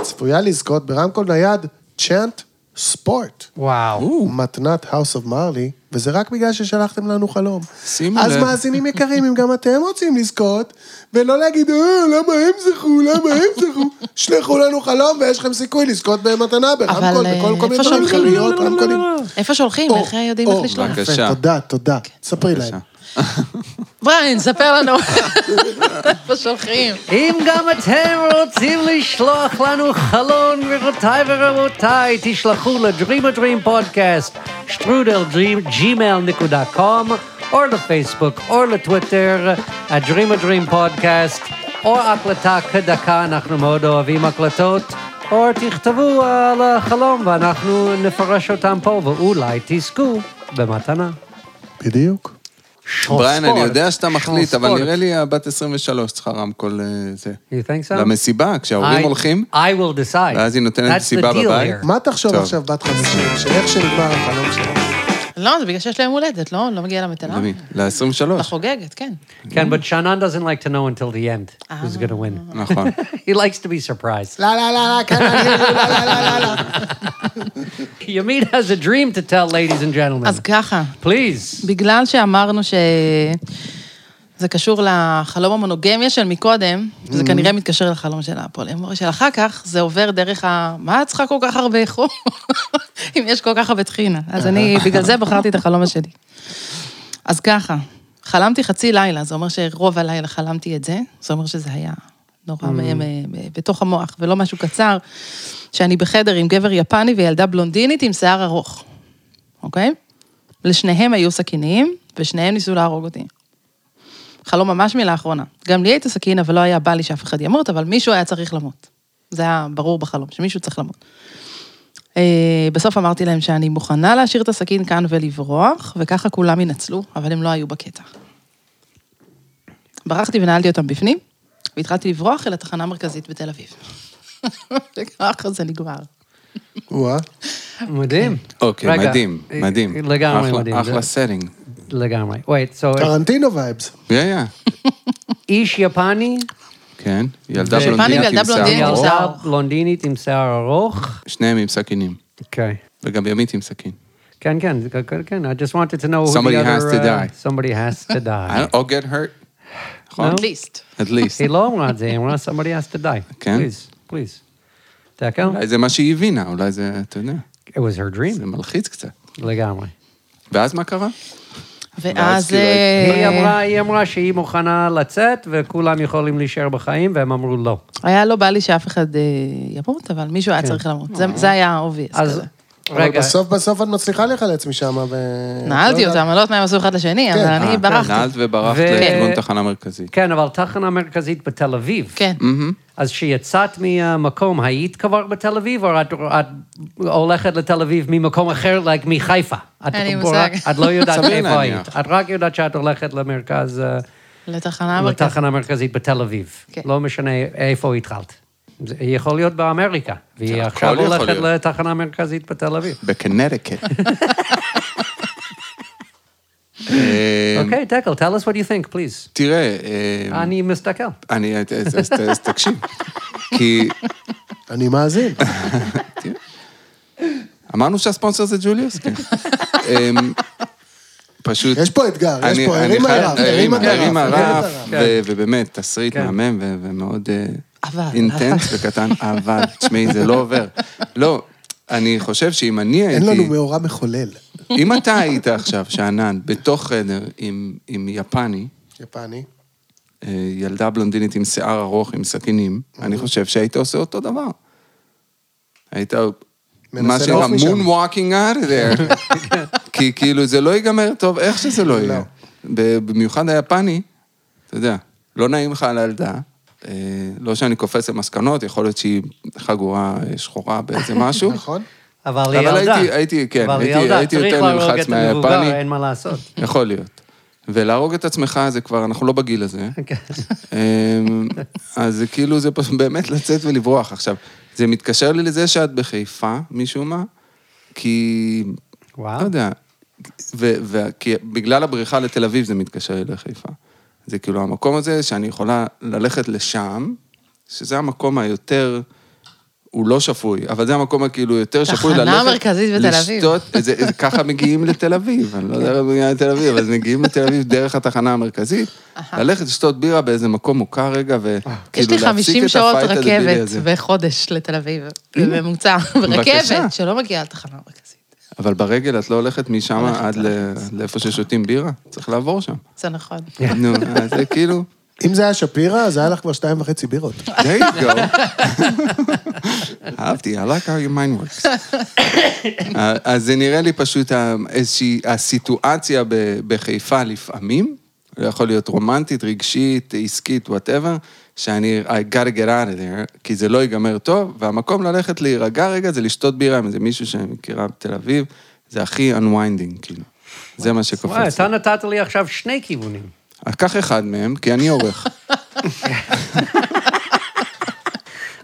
[SPEAKER 1] צפויה לזכות ברמקול נייד צ'אנט ספורט.
[SPEAKER 3] וואו.
[SPEAKER 1] מתנת House of Marley, וזה רק בגלל ששלחתם לנו חלום.
[SPEAKER 2] שימו
[SPEAKER 1] אז
[SPEAKER 2] לב.
[SPEAKER 1] מאזינים יקרים, אם גם אתם רוצים לזכות, ולא להגיד, אה, למה הם זכו, למה הם זכו, שלחו לנו חלום ויש לכם סיכוי לזכות במתנה ברמקול,
[SPEAKER 6] אה,
[SPEAKER 1] בכל כל מיני
[SPEAKER 6] איפה לא,
[SPEAKER 1] דברים,
[SPEAKER 6] שולחים?
[SPEAKER 1] חנויות, רמקולים.
[SPEAKER 6] איפה שולחים?
[SPEAKER 1] או,
[SPEAKER 6] איך יודעים
[SPEAKER 1] או,
[SPEAKER 3] לא,
[SPEAKER 6] איך לשלוח?
[SPEAKER 3] אוקיי.
[SPEAKER 6] כן.
[SPEAKER 2] רק-
[SPEAKER 1] יפה,
[SPEAKER 2] בבקשה.
[SPEAKER 1] תודה, תודה. ספרי להם.
[SPEAKER 6] בריין, ספר לנו. איפה שולחים?
[SPEAKER 3] אם גם אתם רוצים לשלוח לנו חלון, גבירותיי ורבותיי, תשלחו ל-Dream a Dream Podcast, שטרודל gmail.com, או לפייסבוק, או לטוויטר, ה-Dream a Dream Podcast, או הקלטה כדקה, אנחנו מאוד אוהבים הקלטות, או תכתבו על החלום ואנחנו נפרש אותם פה, ואולי תזכו במתנה.
[SPEAKER 1] בדיוק.
[SPEAKER 2] בריין, אני
[SPEAKER 3] ספורט.
[SPEAKER 2] יודע שאתה מחליט, אבל
[SPEAKER 3] ספורט.
[SPEAKER 2] נראה לי הבת 23 צריכה רמקול אה, זה.
[SPEAKER 3] You think so?
[SPEAKER 2] למסיבה, כשההורים
[SPEAKER 3] I-
[SPEAKER 2] הולכים,
[SPEAKER 3] I will decide.
[SPEAKER 2] ואז היא נותנת
[SPEAKER 3] That's the
[SPEAKER 2] סיבה
[SPEAKER 3] deal
[SPEAKER 2] בבית.
[SPEAKER 3] here.
[SPEAKER 1] מה תחשוב
[SPEAKER 2] טוב.
[SPEAKER 1] עכשיו בת 50, שאיך שנגמר החלום שלך?
[SPEAKER 6] לא, זה בגלל שיש להם הולדת, לא? לא מגיע למתנה?
[SPEAKER 2] למי? ל-23.
[SPEAKER 6] לחוגגת, כן.
[SPEAKER 3] Ken, but Shannon doesn't like to know until the end who's going to win.
[SPEAKER 2] נכון.
[SPEAKER 3] He likes to be surprised.
[SPEAKER 1] לא, לא, לא,
[SPEAKER 6] כן,
[SPEAKER 1] לא, כאן אני, לא, לא, לא, לא, לא.
[SPEAKER 3] Yamit has a dream to tell, ladies and gentlemen.
[SPEAKER 6] אז ככה,
[SPEAKER 3] Please.
[SPEAKER 6] בגלל שאמרנו שזה קשור לחלום המונוגמיה של מקודם, זה כנראה מתקשר לחלום של הפולמוריה של אחר כך, זה עובר דרך ה... מה את צריכה כל כך הרבה חום? אם יש כל כך הרבה טחינה. אז אני, בגלל זה בחרתי את החלום השני. אז ככה, חלמתי חצי לילה, זה אומר שרוב הלילה חלמתי את זה, זה אומר שזה היה נורא מהם, אה, בתוך המוח, ולא משהו קצר. שאני בחדר עם גבר יפני וילדה בלונדינית עם שיער ארוך, אוקיי? לשניהם היו סכינים, ושניהם ניסו להרוג אותי. חלום ממש מילה אחרונה. גם לי הייתה סכין, אבל לא היה בא לי שאף אחד ימות, אבל מישהו היה צריך למות. זה היה ברור בחלום, שמישהו צריך למות. אה, בסוף אמרתי להם שאני מוכנה להשאיר את הסכין כאן ולברוח, וככה כולם ינצלו, אבל הם לא היו בקטע. ברחתי ונעלתי אותם בפנים, והתחלתי לברוח אל התחנה המרכזית בתל אביב. וככה זה נגמר.
[SPEAKER 1] וואה.
[SPEAKER 3] מדהים.
[SPEAKER 2] אוקיי,
[SPEAKER 3] רגע,
[SPEAKER 2] מדהים,
[SPEAKER 3] אה,
[SPEAKER 2] מדהים.
[SPEAKER 3] לגמרי
[SPEAKER 2] אחלה-
[SPEAKER 3] מדהים.
[SPEAKER 2] אחלה
[SPEAKER 3] זה-
[SPEAKER 2] סטינג.
[SPEAKER 3] לגמרי. wait, so
[SPEAKER 1] טרנטינו וייבס.
[SPEAKER 2] יא יא.
[SPEAKER 3] איש יפני,
[SPEAKER 2] כן, ילדה
[SPEAKER 3] יפני
[SPEAKER 2] בלונדינית
[SPEAKER 6] וילדה
[SPEAKER 2] עם שיער
[SPEAKER 6] בלונדינית עם
[SPEAKER 2] ארוך,
[SPEAKER 3] ילדה
[SPEAKER 6] שיער.
[SPEAKER 3] בלונדינית עם שיער ארוך.
[SPEAKER 2] שניהם עם סכינים,
[SPEAKER 3] אוקיי.
[SPEAKER 2] וגם ימית עם סכין.
[SPEAKER 3] כן, כן, זה- כן, כן, I just wanted to know who the other...
[SPEAKER 2] Somebody has to
[SPEAKER 3] uh,
[SPEAKER 2] die.
[SPEAKER 3] Somebody has to die.
[SPEAKER 2] Or get hurt,
[SPEAKER 3] No?
[SPEAKER 6] ליסט.
[SPEAKER 2] at least.
[SPEAKER 3] היא לא אמרה את זה, היא אמרה eh, somebody has to die.
[SPEAKER 2] כן.
[SPEAKER 3] Please, please. תקו?
[SPEAKER 2] אולי זה מה שהיא הבינה, אולי זה, אתה יודע,
[SPEAKER 3] It was her
[SPEAKER 2] זה
[SPEAKER 3] dream,
[SPEAKER 2] מלחיץ קצת.
[SPEAKER 3] לגמרי.
[SPEAKER 2] ואז מה קרה? ואז
[SPEAKER 6] ואז...
[SPEAKER 2] כאילו
[SPEAKER 6] אה,
[SPEAKER 3] היא אמרה, היא אמרה שהיא מוכנה לצאת וכולם יכולים להישאר בחיים, והם אמרו לא.
[SPEAKER 6] היה לא בא לי שאף אחד אה, ימות, אבל מישהו היה צריך למות.
[SPEAKER 1] אה.
[SPEAKER 6] זה- זה היה obvious כאילו.
[SPEAKER 3] אז
[SPEAKER 6] כזה.
[SPEAKER 1] אבל
[SPEAKER 3] רגע,
[SPEAKER 1] בסוף בסוף את מצליחה להיחלץ משם, ו... לא
[SPEAKER 6] נעלתי
[SPEAKER 1] יודעת.
[SPEAKER 6] אותם, אני לא יודעת מה הם עשו אחד לשני, אבל
[SPEAKER 1] כן.
[SPEAKER 6] אני
[SPEAKER 2] אה, נעלת
[SPEAKER 6] ברחתי.
[SPEAKER 2] וברחת
[SPEAKER 3] ו-
[SPEAKER 2] לכיוון תחנה מרכזית.
[SPEAKER 3] כן, אבל תחנה מרכזית בתל אביב.
[SPEAKER 6] כן.
[SPEAKER 3] אז כשיצאת מהמקום, היית כבר בתל אביב, או את, את הולכת לתל אביב ממקום אחר, like מחיפה? את,
[SPEAKER 6] אין לי
[SPEAKER 3] את-
[SPEAKER 6] מושג.
[SPEAKER 3] את לא יודעת
[SPEAKER 2] סביר
[SPEAKER 3] איפה היית.
[SPEAKER 2] להניח.
[SPEAKER 3] את רק יודעת שאת הולכת למרכז, אה,
[SPEAKER 6] לתחנה המרכזית.
[SPEAKER 3] לתחנה המרכזית בתל אביב.
[SPEAKER 6] כן.
[SPEAKER 3] לא משנה איפה התחלת. זה יכול להיות באמריקה, והיא
[SPEAKER 2] הכל
[SPEAKER 3] עכשיו
[SPEAKER 2] יכול
[SPEAKER 3] הולכת
[SPEAKER 2] להיות.
[SPEAKER 3] לתחנה המרכזית בתל אביב.
[SPEAKER 2] בקנדקט. כן.
[SPEAKER 3] אוקיי, דקל, tell us what you think, please.
[SPEAKER 2] אמ, תראה, אה,
[SPEAKER 3] אני מסתכל.
[SPEAKER 2] אני, אז- אז אז- אז תקשיב, כי
[SPEAKER 1] אני מאזין.
[SPEAKER 2] אמרנו שהספונסר זה ג'וליוס? כן. אמ, פשוט...
[SPEAKER 1] יש פה אתגר, יש
[SPEAKER 2] אני-
[SPEAKER 1] פה,
[SPEAKER 2] אני
[SPEAKER 1] הרימה
[SPEAKER 2] חייב-
[SPEAKER 1] הרף, הרימה
[SPEAKER 2] הרימה
[SPEAKER 1] את הרף,
[SPEAKER 2] הרימה
[SPEAKER 1] הרימה את
[SPEAKER 2] הרף,
[SPEAKER 1] הרף.
[SPEAKER 2] ו- ובאמת, תסריט
[SPEAKER 3] כן.
[SPEAKER 2] מהמם ו- ומאוד אה,
[SPEAKER 6] אבל,
[SPEAKER 2] אינטנס וקטן, אבל, תשמעי, זה לא עובר. לא, אני חושב שאם אני הייתי...
[SPEAKER 1] אין לנו מאורע מחולל.
[SPEAKER 2] אם אתה היית עכשיו, שאנן, בתוך חדר עם עם יפני,
[SPEAKER 1] יפני.
[SPEAKER 2] אה, ילדה בלונדינית עם שיער ארוך, עם סכינים, אני חושב שהיית עושה אותו דבר. היית... מה
[SPEAKER 1] מנסה
[SPEAKER 2] שנקרא,
[SPEAKER 1] לעוף משם.
[SPEAKER 2] moonwalking out of there. כי כאילו, זה לא ייגמר טוב, איך שזה לא יהיה. ב- במיוחד היפני, אתה יודע, לא נעים לך על הילדה, אה, לא שאני קופץ למסקנות, יכול להיות שהיא חגורה אה, שחורה באיזה משהו.
[SPEAKER 1] נכון?
[SPEAKER 3] אבל
[SPEAKER 2] אבל
[SPEAKER 3] היא ילדה.
[SPEAKER 2] הייתי- הייתי- כן,
[SPEAKER 3] אבל היא
[SPEAKER 2] הייתי-
[SPEAKER 3] ילדה,
[SPEAKER 2] הייתי
[SPEAKER 3] צריך
[SPEAKER 2] יותר
[SPEAKER 3] להרוג
[SPEAKER 2] נלחץ
[SPEAKER 3] את המבוגר,
[SPEAKER 2] מהיפני.
[SPEAKER 3] אין מה לעשות.
[SPEAKER 2] יכול להיות. ולהרוג את עצמך זה כבר, אנחנו לא בגיל הזה.
[SPEAKER 3] כן.
[SPEAKER 2] אמ, אז זה כאילו, זה פשוט באמת לצאת ולברוח. עכשיו, זה מתקשר לי לזה שאת בחיפה, משום מה, כי...
[SPEAKER 3] וואו.
[SPEAKER 2] לא יודע. ו- ו- כי בגלל הבריחה לתל אביב זה מתקשר לי לחיפה. זה כאילו המקום הזה שאני יכולה ללכת לשם, שזה המקום היותר... הוא לא שפוי, אבל זה המקום הכאילו יותר
[SPEAKER 6] תחנה
[SPEAKER 2] שפוי ללכת...
[SPEAKER 6] מרכזית בתל אביב. כן.
[SPEAKER 2] לשתות, זה, זה, ככה מגיעים לתל אביב, אני לא יודע איך מגיעים לתל אביב, אבל מגיעים לתל אביב דרך התחנה המרכזית, ללכת לשתות בירה באיזה מקום מוכר רגע,
[SPEAKER 6] יש
[SPEAKER 2] וכאילו
[SPEAKER 6] לי
[SPEAKER 2] כאילו, להפסיק
[SPEAKER 6] 50
[SPEAKER 2] את
[SPEAKER 6] שעות
[SPEAKER 2] הפייט הדבילי
[SPEAKER 6] רכבת
[SPEAKER 2] הזה.
[SPEAKER 6] בחודש לתל אביב, בממוצע,
[SPEAKER 2] בבקשה.
[SPEAKER 6] רכבת שלא מגיעה לתחנה המרכזית.
[SPEAKER 2] אבל ברגל את לא הולכת משם
[SPEAKER 6] הולכת,
[SPEAKER 2] עד ל- לאיפה ששותים בירה, צריך לעבור שם.
[SPEAKER 6] זה נכון.
[SPEAKER 2] נו, אז זה כאילו,
[SPEAKER 1] אם זה היה שפירא, אז היה לך כבר שתיים וחצי בירות.
[SPEAKER 2] there you go. אהבתי, I like how your mind works. אה, אז זה נראה לי פשוט ה- איזושהי, הסיטואציה ב- בחיפה לפעמים, זה יכול להיות רומנטית, רגשית, עסקית, וואטאבר, שאני, I gotta get out of there, כי זה לא ייגמר טוב, והמקום ללכת להירגע רגע זה לשתות בירה עם איזה מישהו שאני מכירה בתל אביב, זה הכי unwinding, כאילו. זה מה
[SPEAKER 3] וואי,
[SPEAKER 2] שקופץ. לי.
[SPEAKER 3] אתה נתת לי עכשיו שני כיוונים.
[SPEAKER 2] אז קח אחד מהם, כי אני עורך.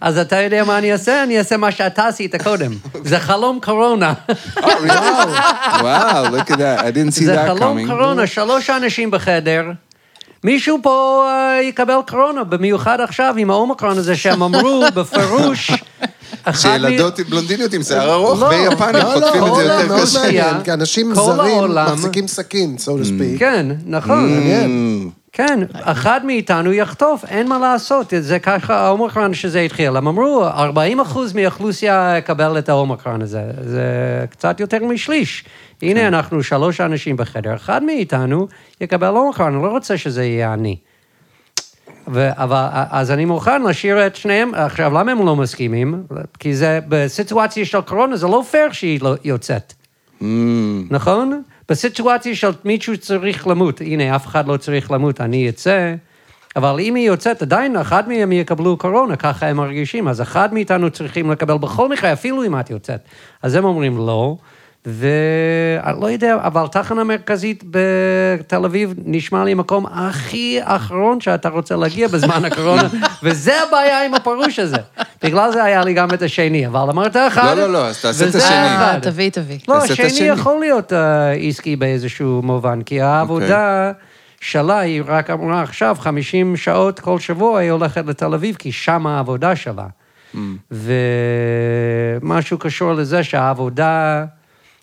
[SPEAKER 3] אז אתה יודע מה אני אעשה? אני אעשה מה שאתה עשית קודם. זה חלום קורונה.
[SPEAKER 2] וואו, Oh, look at that, I didn't see
[SPEAKER 3] זה
[SPEAKER 2] that
[SPEAKER 3] חלום
[SPEAKER 2] coming.
[SPEAKER 3] קורונה, שלוש אנשים בחדר. מישהו פה אה, יקבל קורונה, במיוחד עכשיו עם האומיקרון הזה שהם אמרו בפירוש. אחד מ-
[SPEAKER 2] שילדות בלונדיניות עם שיער ארוך
[SPEAKER 3] לא.
[SPEAKER 2] ויפנים
[SPEAKER 1] לא,
[SPEAKER 2] חוטפים את
[SPEAKER 1] לא,
[SPEAKER 2] זה
[SPEAKER 1] זה
[SPEAKER 2] יותר
[SPEAKER 1] מאוד
[SPEAKER 2] קשה. כן.
[SPEAKER 1] מעניין, כי אנשים
[SPEAKER 3] כל
[SPEAKER 1] זרים
[SPEAKER 3] העולם-
[SPEAKER 1] מחזיקים סכין, so to speak.
[SPEAKER 3] כן, נכון.
[SPEAKER 1] מעניין.
[SPEAKER 3] כן, אחד מאיתנו יחטוף, אין מה לעשות. זה ככה האומיקרון שזה התחיל. הם אמרו, 40 אחוז מהאוכלוסייה יקבל את האומיקרון הזה. זה קצת יותר משליש. הנה, אנחנו שלוש אנשים בחדר, אחד מאיתנו יקבל אומיקרון, אני לא רוצה שזה יהיה אני. ו- אבל, אז אני מוכן להשאיר את שניהם. עכשיו, למה הם לא מסכימים? כי זה, בסיטואציה של קורונה זה לא פייר שהיא לא יוצאת.
[SPEAKER 2] Mm.
[SPEAKER 3] נכון? בסיטואציה של מישהו צריך למות, הנה, אף אחד לא צריך למות, אני אצא, אבל אם היא יוצאת, עדיין אחד מהם יקבלו קורונה, ככה הם מרגישים, אז אחד מאיתנו צריכים לקבל בכל מקרה, אפילו אם את יוצאת. אז הם אומרים לא, ואני לא יודע, אבל תחנה מרכזית בתל אביב נשמע לי המקום הכי אחרון שאתה רוצה להגיע בזמן הקורונה, וזה הבעיה עם הפירוש הזה. בגלל זה היה לי גם את השני, אבל אמרת אחד.
[SPEAKER 2] לא, לא, לא, אז תעשה את
[SPEAKER 3] וזה
[SPEAKER 2] השני.
[SPEAKER 3] אחד.
[SPEAKER 6] אה, תביא, תביא.
[SPEAKER 3] לא,
[SPEAKER 2] תעשה את
[SPEAKER 3] השני
[SPEAKER 2] השני.
[SPEAKER 3] יכול להיות אה, עסקי באיזשהו מובן, כי העבודה
[SPEAKER 2] אוקיי.
[SPEAKER 3] שלה, היא רק אמרה עכשיו, 50 שעות כל שבוע היא הולכת לתל אביב, כי שם העבודה שלה.
[SPEAKER 2] Mm.
[SPEAKER 3] ומשהו קשור לזה שהעבודה,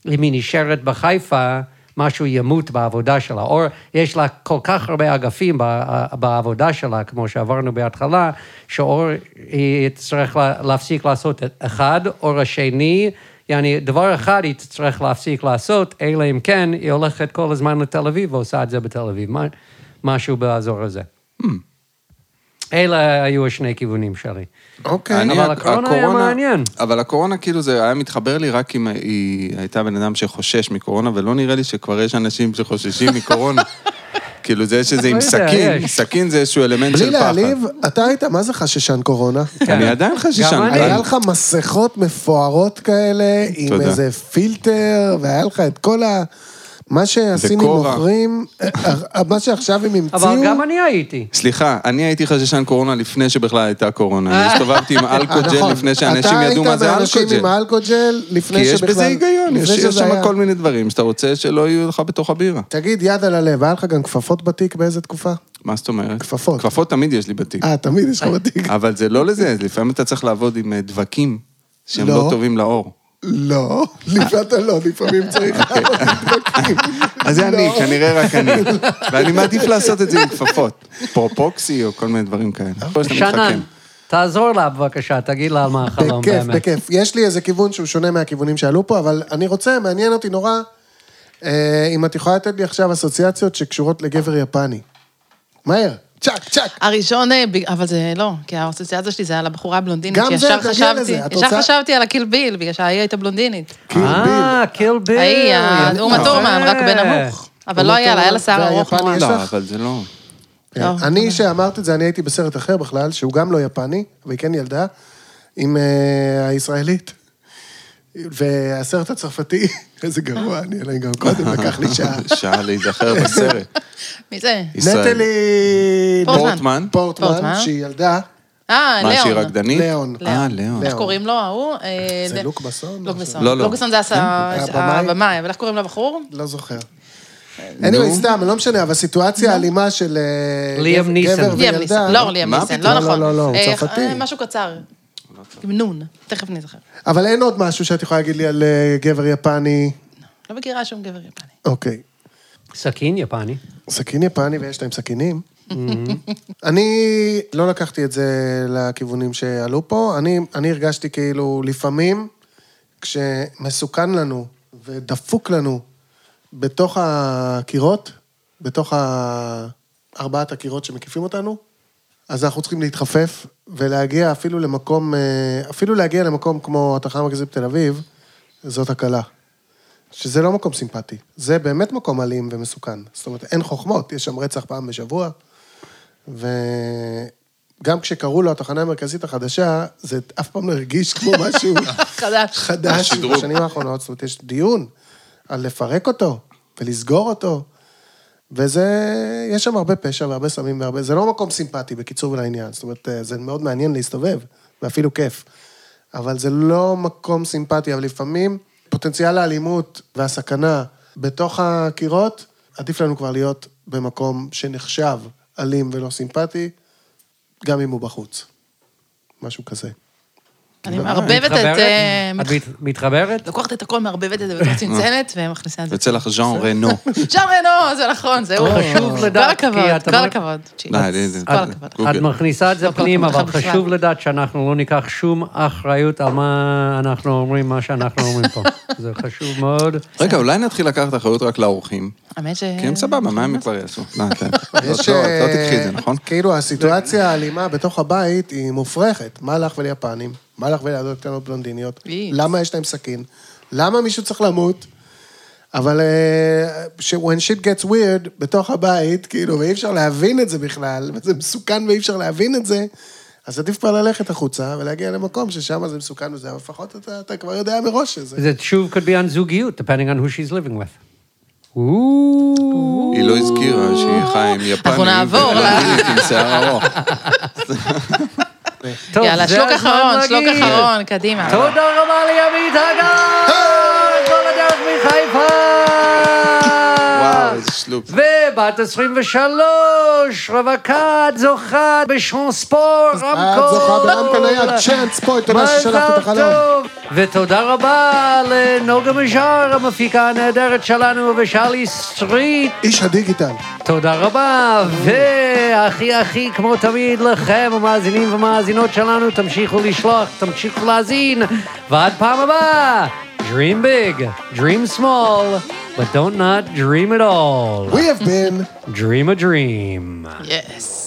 [SPEAKER 3] אם היא נשארת בחיפה, משהו ימות בעבודה שלה, או יש לה כל כך הרבה אגפים ב- בעבודה שלה, כמו שעברנו בהתחלה, שאו היא תצטרך לה- להפסיק לעשות את אחד, או השני, יעני, דבר אחד היא תצטרך להפסיק לעשות, אלא אם כן היא הולכת כל הזמן לתל אביב ועושה את זה בתל אביב, מה- משהו באזור הזה.
[SPEAKER 1] Hmm.
[SPEAKER 3] אלה היו השני כיוונים שלי.
[SPEAKER 1] אוקיי.
[SPEAKER 3] אבל הקורונה היה מעניין.
[SPEAKER 2] אבל הקורונה, כאילו, זה היה מתחבר לי רק אם היא הייתה בן אדם שחושש מקורונה, ולא נראה לי שכבר יש אנשים שחוששים מקורונה. כאילו, זה שזה עם
[SPEAKER 3] לא יודע,
[SPEAKER 2] סכין,
[SPEAKER 3] יש.
[SPEAKER 2] סכין זה איזשהו אלמנט
[SPEAKER 1] בלי
[SPEAKER 2] של פחד.
[SPEAKER 1] להעליב, אתה היית, מה זה חששן קורונה?
[SPEAKER 3] כן.
[SPEAKER 2] אני עדיין חששן.
[SPEAKER 3] גם אני.
[SPEAKER 2] אבל-
[SPEAKER 1] היה לך מסכות מפוארות כאלה, עם
[SPEAKER 2] תודה.
[SPEAKER 1] איזה פילטר, והיה לך את כל ה... מה שעשינו
[SPEAKER 2] דקורה.
[SPEAKER 1] מוכרים, אה, מה שעכשיו הם המציאו,
[SPEAKER 3] אבל גם אני הייתי.
[SPEAKER 2] סליחה, אני הייתי חששן קורונה לפני שבכלל הייתה קורונה. אני הסתובבתי עם
[SPEAKER 1] אה,
[SPEAKER 2] אלכוג'ל
[SPEAKER 1] נכון.
[SPEAKER 2] לפני שאנשים ידעו מה זה
[SPEAKER 1] אתה היית באנשים
[SPEAKER 2] אלכוג'ל.
[SPEAKER 1] עם אלכוג'ל לפני
[SPEAKER 2] כי
[SPEAKER 1] שבכלל...
[SPEAKER 2] יש בזה היגיון, יש
[SPEAKER 1] לפני
[SPEAKER 2] יש
[SPEAKER 1] שזה
[SPEAKER 2] שם
[SPEAKER 1] היה.
[SPEAKER 2] כל מיני דברים שאתה רוצה שלא יהיו לך בתוך הבירה.
[SPEAKER 1] תגיד, יד על הלב, היה לך גם כפפות בתיק באיזה תקופה?
[SPEAKER 2] מה זאת אומרת?
[SPEAKER 1] כפפות.
[SPEAKER 2] כפפות תמיד יש לי בתיק.
[SPEAKER 1] אה, תמיד יש לך בתיק.
[SPEAKER 2] אבל זה לא לזה, לפעמים אתה צריך לעבוד עם אה, דבקים שהם
[SPEAKER 1] לא.
[SPEAKER 2] לא טובים לאור.
[SPEAKER 1] לא, לפעמים אתה לא, לפעמים צריך לעבוד מתוקים.
[SPEAKER 2] אז זה אני,
[SPEAKER 1] לא.
[SPEAKER 2] כנראה רק אני. ואני מעדיף לעשות את זה עם כפפות. פרופוקסי או כל מיני דברים כאלה.
[SPEAKER 1] אה.
[SPEAKER 2] פה שאתה
[SPEAKER 3] שנן,
[SPEAKER 2] מתחכם.
[SPEAKER 3] תעזור לה בבקשה, תגיד לה על מה החלום
[SPEAKER 1] בכיף,
[SPEAKER 3] באמת.
[SPEAKER 1] בכיף. יש לי איזה כיוון שהוא שונה מהכיוונים שעלו פה, אבל אני רוצה, מעניין אותי נורא, אה, אם את יכולה לתת לי עכשיו אסוציאציות שקשורות לגבר יפני. מהר, צ'ק, צ'ק.
[SPEAKER 6] הראשון, אה, ב- אבל זה לא, כי האסוציאציה שלי זה על הבחורה הבלונדינית,
[SPEAKER 1] גם זה,
[SPEAKER 6] שישר
[SPEAKER 1] תגיע
[SPEAKER 6] חשבתי,
[SPEAKER 1] לזה, את
[SPEAKER 6] ישר
[SPEAKER 1] רוצה-
[SPEAKER 6] חשבתי על הקיל ביל, בגלל שההיא הייתה בלונדינית.
[SPEAKER 3] אה, קיל ביל.
[SPEAKER 6] ההיא, האומה תורמן, רק בנמוך. אבל לא היה לה, היה לה שיער ארוך
[SPEAKER 1] והיפני
[SPEAKER 6] נורא.
[SPEAKER 1] אה, יש
[SPEAKER 2] לא,
[SPEAKER 1] לך?
[SPEAKER 2] אבל זה לא...
[SPEAKER 1] כן. אני, שאמרת את זה, אני הייתי בסרט אחר בכלל, שהוא גם לא יפני, והיא כן ילדה, עם אה, הישראלית. והסרט הצרפתי, איזה גרוע, אני עליי גם קודם, לקח לי שעה.
[SPEAKER 2] שעה להיזכר בסרט.
[SPEAKER 6] מי זה?
[SPEAKER 2] ישראל.
[SPEAKER 1] נטלי
[SPEAKER 6] פורטמן.
[SPEAKER 2] פורטמן?
[SPEAKER 1] פורטמן,
[SPEAKER 6] פורטמן.
[SPEAKER 1] שהיא ילדה,
[SPEAKER 6] אה,
[SPEAKER 2] מה, שהיא
[SPEAKER 6] ליאון.
[SPEAKER 2] רקדנית?
[SPEAKER 1] ליאון.
[SPEAKER 2] אה, ליאון.
[SPEAKER 6] איך
[SPEAKER 1] ליאון.
[SPEAKER 6] קוראים לו, ההוא? אה,
[SPEAKER 1] זה
[SPEAKER 6] ל-
[SPEAKER 1] לוקבסון?
[SPEAKER 6] לוקבסון.
[SPEAKER 2] לא, לא.
[SPEAKER 6] לוקבסון זה הס-
[SPEAKER 1] כן. אה, הבמאי?
[SPEAKER 6] הבמאי, אבל איך קוראים לבחור?
[SPEAKER 1] לא זוכר. anyway, סתם, לא משנה, אבל סיטואציה אלימה של אה,
[SPEAKER 3] ליאם
[SPEAKER 1] גבר-
[SPEAKER 3] ניסן.
[SPEAKER 1] גבר
[SPEAKER 6] ליאם
[SPEAKER 1] וילדה.
[SPEAKER 6] ניסן, לא ליאם
[SPEAKER 2] מה
[SPEAKER 6] ניסן,
[SPEAKER 2] פתאום? לא
[SPEAKER 6] לא
[SPEAKER 1] לא,
[SPEAKER 6] נכון.
[SPEAKER 1] לא, לא, הוא
[SPEAKER 6] אה,
[SPEAKER 1] צרפתי.
[SPEAKER 6] אה, משהו קצר. עם נון, תכף נזכר.
[SPEAKER 1] אבל אין עוד משהו שאת יכולה להגיד לי על אה, גבר יפני.
[SPEAKER 6] לא מכירה שום גבר יפני.
[SPEAKER 1] אוקיי.
[SPEAKER 3] סכין יפני.
[SPEAKER 1] סכין יפני ויש להם סכינים. אני לא לקחתי את זה לכיוונים שעלו פה, אני, אני הרגשתי כאילו לפעמים כשמסוכן לנו ודפוק לנו בתוך הקירות, בתוך ה- ארבעת הקירות שמקיפים אותנו, אז אנחנו צריכים להתחפף ולהגיע אפילו למקום, אה, אפילו להגיע למקום כמו התחנה המרכזית בתל אביב, זאת הקלה. שזה לא מקום סימפטי, זה באמת מקום אלים ומסוכן. זאת אומרת, אין חוכמות, יש שם רצח פעם בשבוע, וגם כשקראו לו התחנה המרכזית החדשה, זה אף פעם לא הרגיש כמו משהו
[SPEAKER 6] חדש.
[SPEAKER 1] חדש
[SPEAKER 2] השדרוג.
[SPEAKER 1] בשנים האחרונות. זאת אומרת, יש דיון על לפרק אותו ולסגור אותו, וזה, יש שם הרבה פשע והרבה סמים והרבה, זה לא מקום סימפטי, בקיצור ולעניין. זאת אומרת, אה, זה מאוד מעניין להסתובב, ואפילו כיף. אבל זה לא מקום סימפטי, אבל לפעמים פוטנציאל האלימות והסכנה בתוך הקירות, עדיף לנו כבר להיות במקום שנחשב אלים ולא סימפטי, גם אם הוא בחוץ. משהו כזה.
[SPEAKER 6] אני מערבבת את...
[SPEAKER 3] מתחברת?
[SPEAKER 6] אה,
[SPEAKER 3] את מת- מתחברת?
[SPEAKER 6] לוקחת את הכל, מערבבת את זה
[SPEAKER 2] אה.
[SPEAKER 6] בתור צנצנת, ומכניסה את זה.
[SPEAKER 2] יוצא לך ז'אן רנו.
[SPEAKER 6] ז'אן רנו, זה נכון, זהו.
[SPEAKER 3] חשוב לדעת,
[SPEAKER 6] כל
[SPEAKER 3] כי
[SPEAKER 6] הכבוד,
[SPEAKER 3] את
[SPEAKER 6] כל
[SPEAKER 3] אמרת-
[SPEAKER 6] הכבוד.
[SPEAKER 2] לא, אני-
[SPEAKER 6] צ'יפס,
[SPEAKER 2] זה-
[SPEAKER 6] כל הכבוד.
[SPEAKER 2] גוגל.
[SPEAKER 1] אוקיי.
[SPEAKER 3] את מכניסה את זה
[SPEAKER 6] לא כל
[SPEAKER 3] פנימה,
[SPEAKER 6] כך
[SPEAKER 3] אבל
[SPEAKER 6] בכלל.
[SPEAKER 3] חשוב לדעת שאנחנו לא ניקח שום אחריות על מה אנחנו אומרים, מה שאנחנו אומרים פה. זה חשוב מאוד.
[SPEAKER 2] רגע, אולי נתחיל לקחת אחריות רק לאורחים?
[SPEAKER 6] האמת ש...
[SPEAKER 2] כי הם כן, סבבה, מה
[SPEAKER 6] נכון.
[SPEAKER 2] הם כבר יעשו? לאט לאט. לא, את לא
[SPEAKER 1] יש...
[SPEAKER 2] את לא
[SPEAKER 1] אה,
[SPEAKER 2] תקחי את זה, נכון?
[SPEAKER 1] כאילו, הסיטואציה האלימה בתוך הבית היא מופרכת. מה לך וליפנים? מה לך ולידות קטנות בלונדיניות?
[SPEAKER 6] אי.
[SPEAKER 1] למה יש להם סכין? למה מישהו צריך למות? אבל אה, ש- when shit gets weird, בתוך הבית, כאילו, ואי אפשר להבין את זה בכלל, וזה מסוכן ואי אפשר להבין את זה, אז עדיף כבר ללכת החוצה ולהגיע למקום ששם זה מסוכן וזה, אבל לפחות אתה, אתה כבר יודע מראש שזה.
[SPEAKER 3] זה שוב could be on זוגיות, depending on who she's living with. אוו.
[SPEAKER 2] היא לא הזכירה שהיא חיה עם יפנים.
[SPEAKER 6] אנחנו נעבור ל-
[SPEAKER 2] ולונדינית עם שיער ארוך.
[SPEAKER 3] טוב,
[SPEAKER 6] יאללה,
[SPEAKER 3] זה
[SPEAKER 6] שלוק
[SPEAKER 3] הזמן
[SPEAKER 6] אחרון,
[SPEAKER 3] להגיד.
[SPEAKER 6] שלוק אחרון, קדימה.
[SPEAKER 3] תודה רבה לימית הגר! כל הדרך מחיפה!
[SPEAKER 2] וואו, איזה שלוק.
[SPEAKER 3] ובת 23, רווקה, את זוכה בשאנספור, רמקול.
[SPEAKER 1] את זוכה ברמקול, היה צ'אנס פה, תודה ששלחת את החלום.
[SPEAKER 3] מזל טוב. ותודה רבה לנוגה מז'אר, המפיקה הנהדרת שלנו, ושלי סטריט.
[SPEAKER 1] איש הדיגיטל.
[SPEAKER 3] תודה רבה, והכי הכי כמו תמיד לכם, המאזינים והמאזינות שלנו, תמשיכו לשלוח, תמשיכו להאזין, ועד פעם הבאה, Dream big, dream small, but don't not dream at all.
[SPEAKER 1] We have been...
[SPEAKER 3] Dream a dream.
[SPEAKER 6] יס.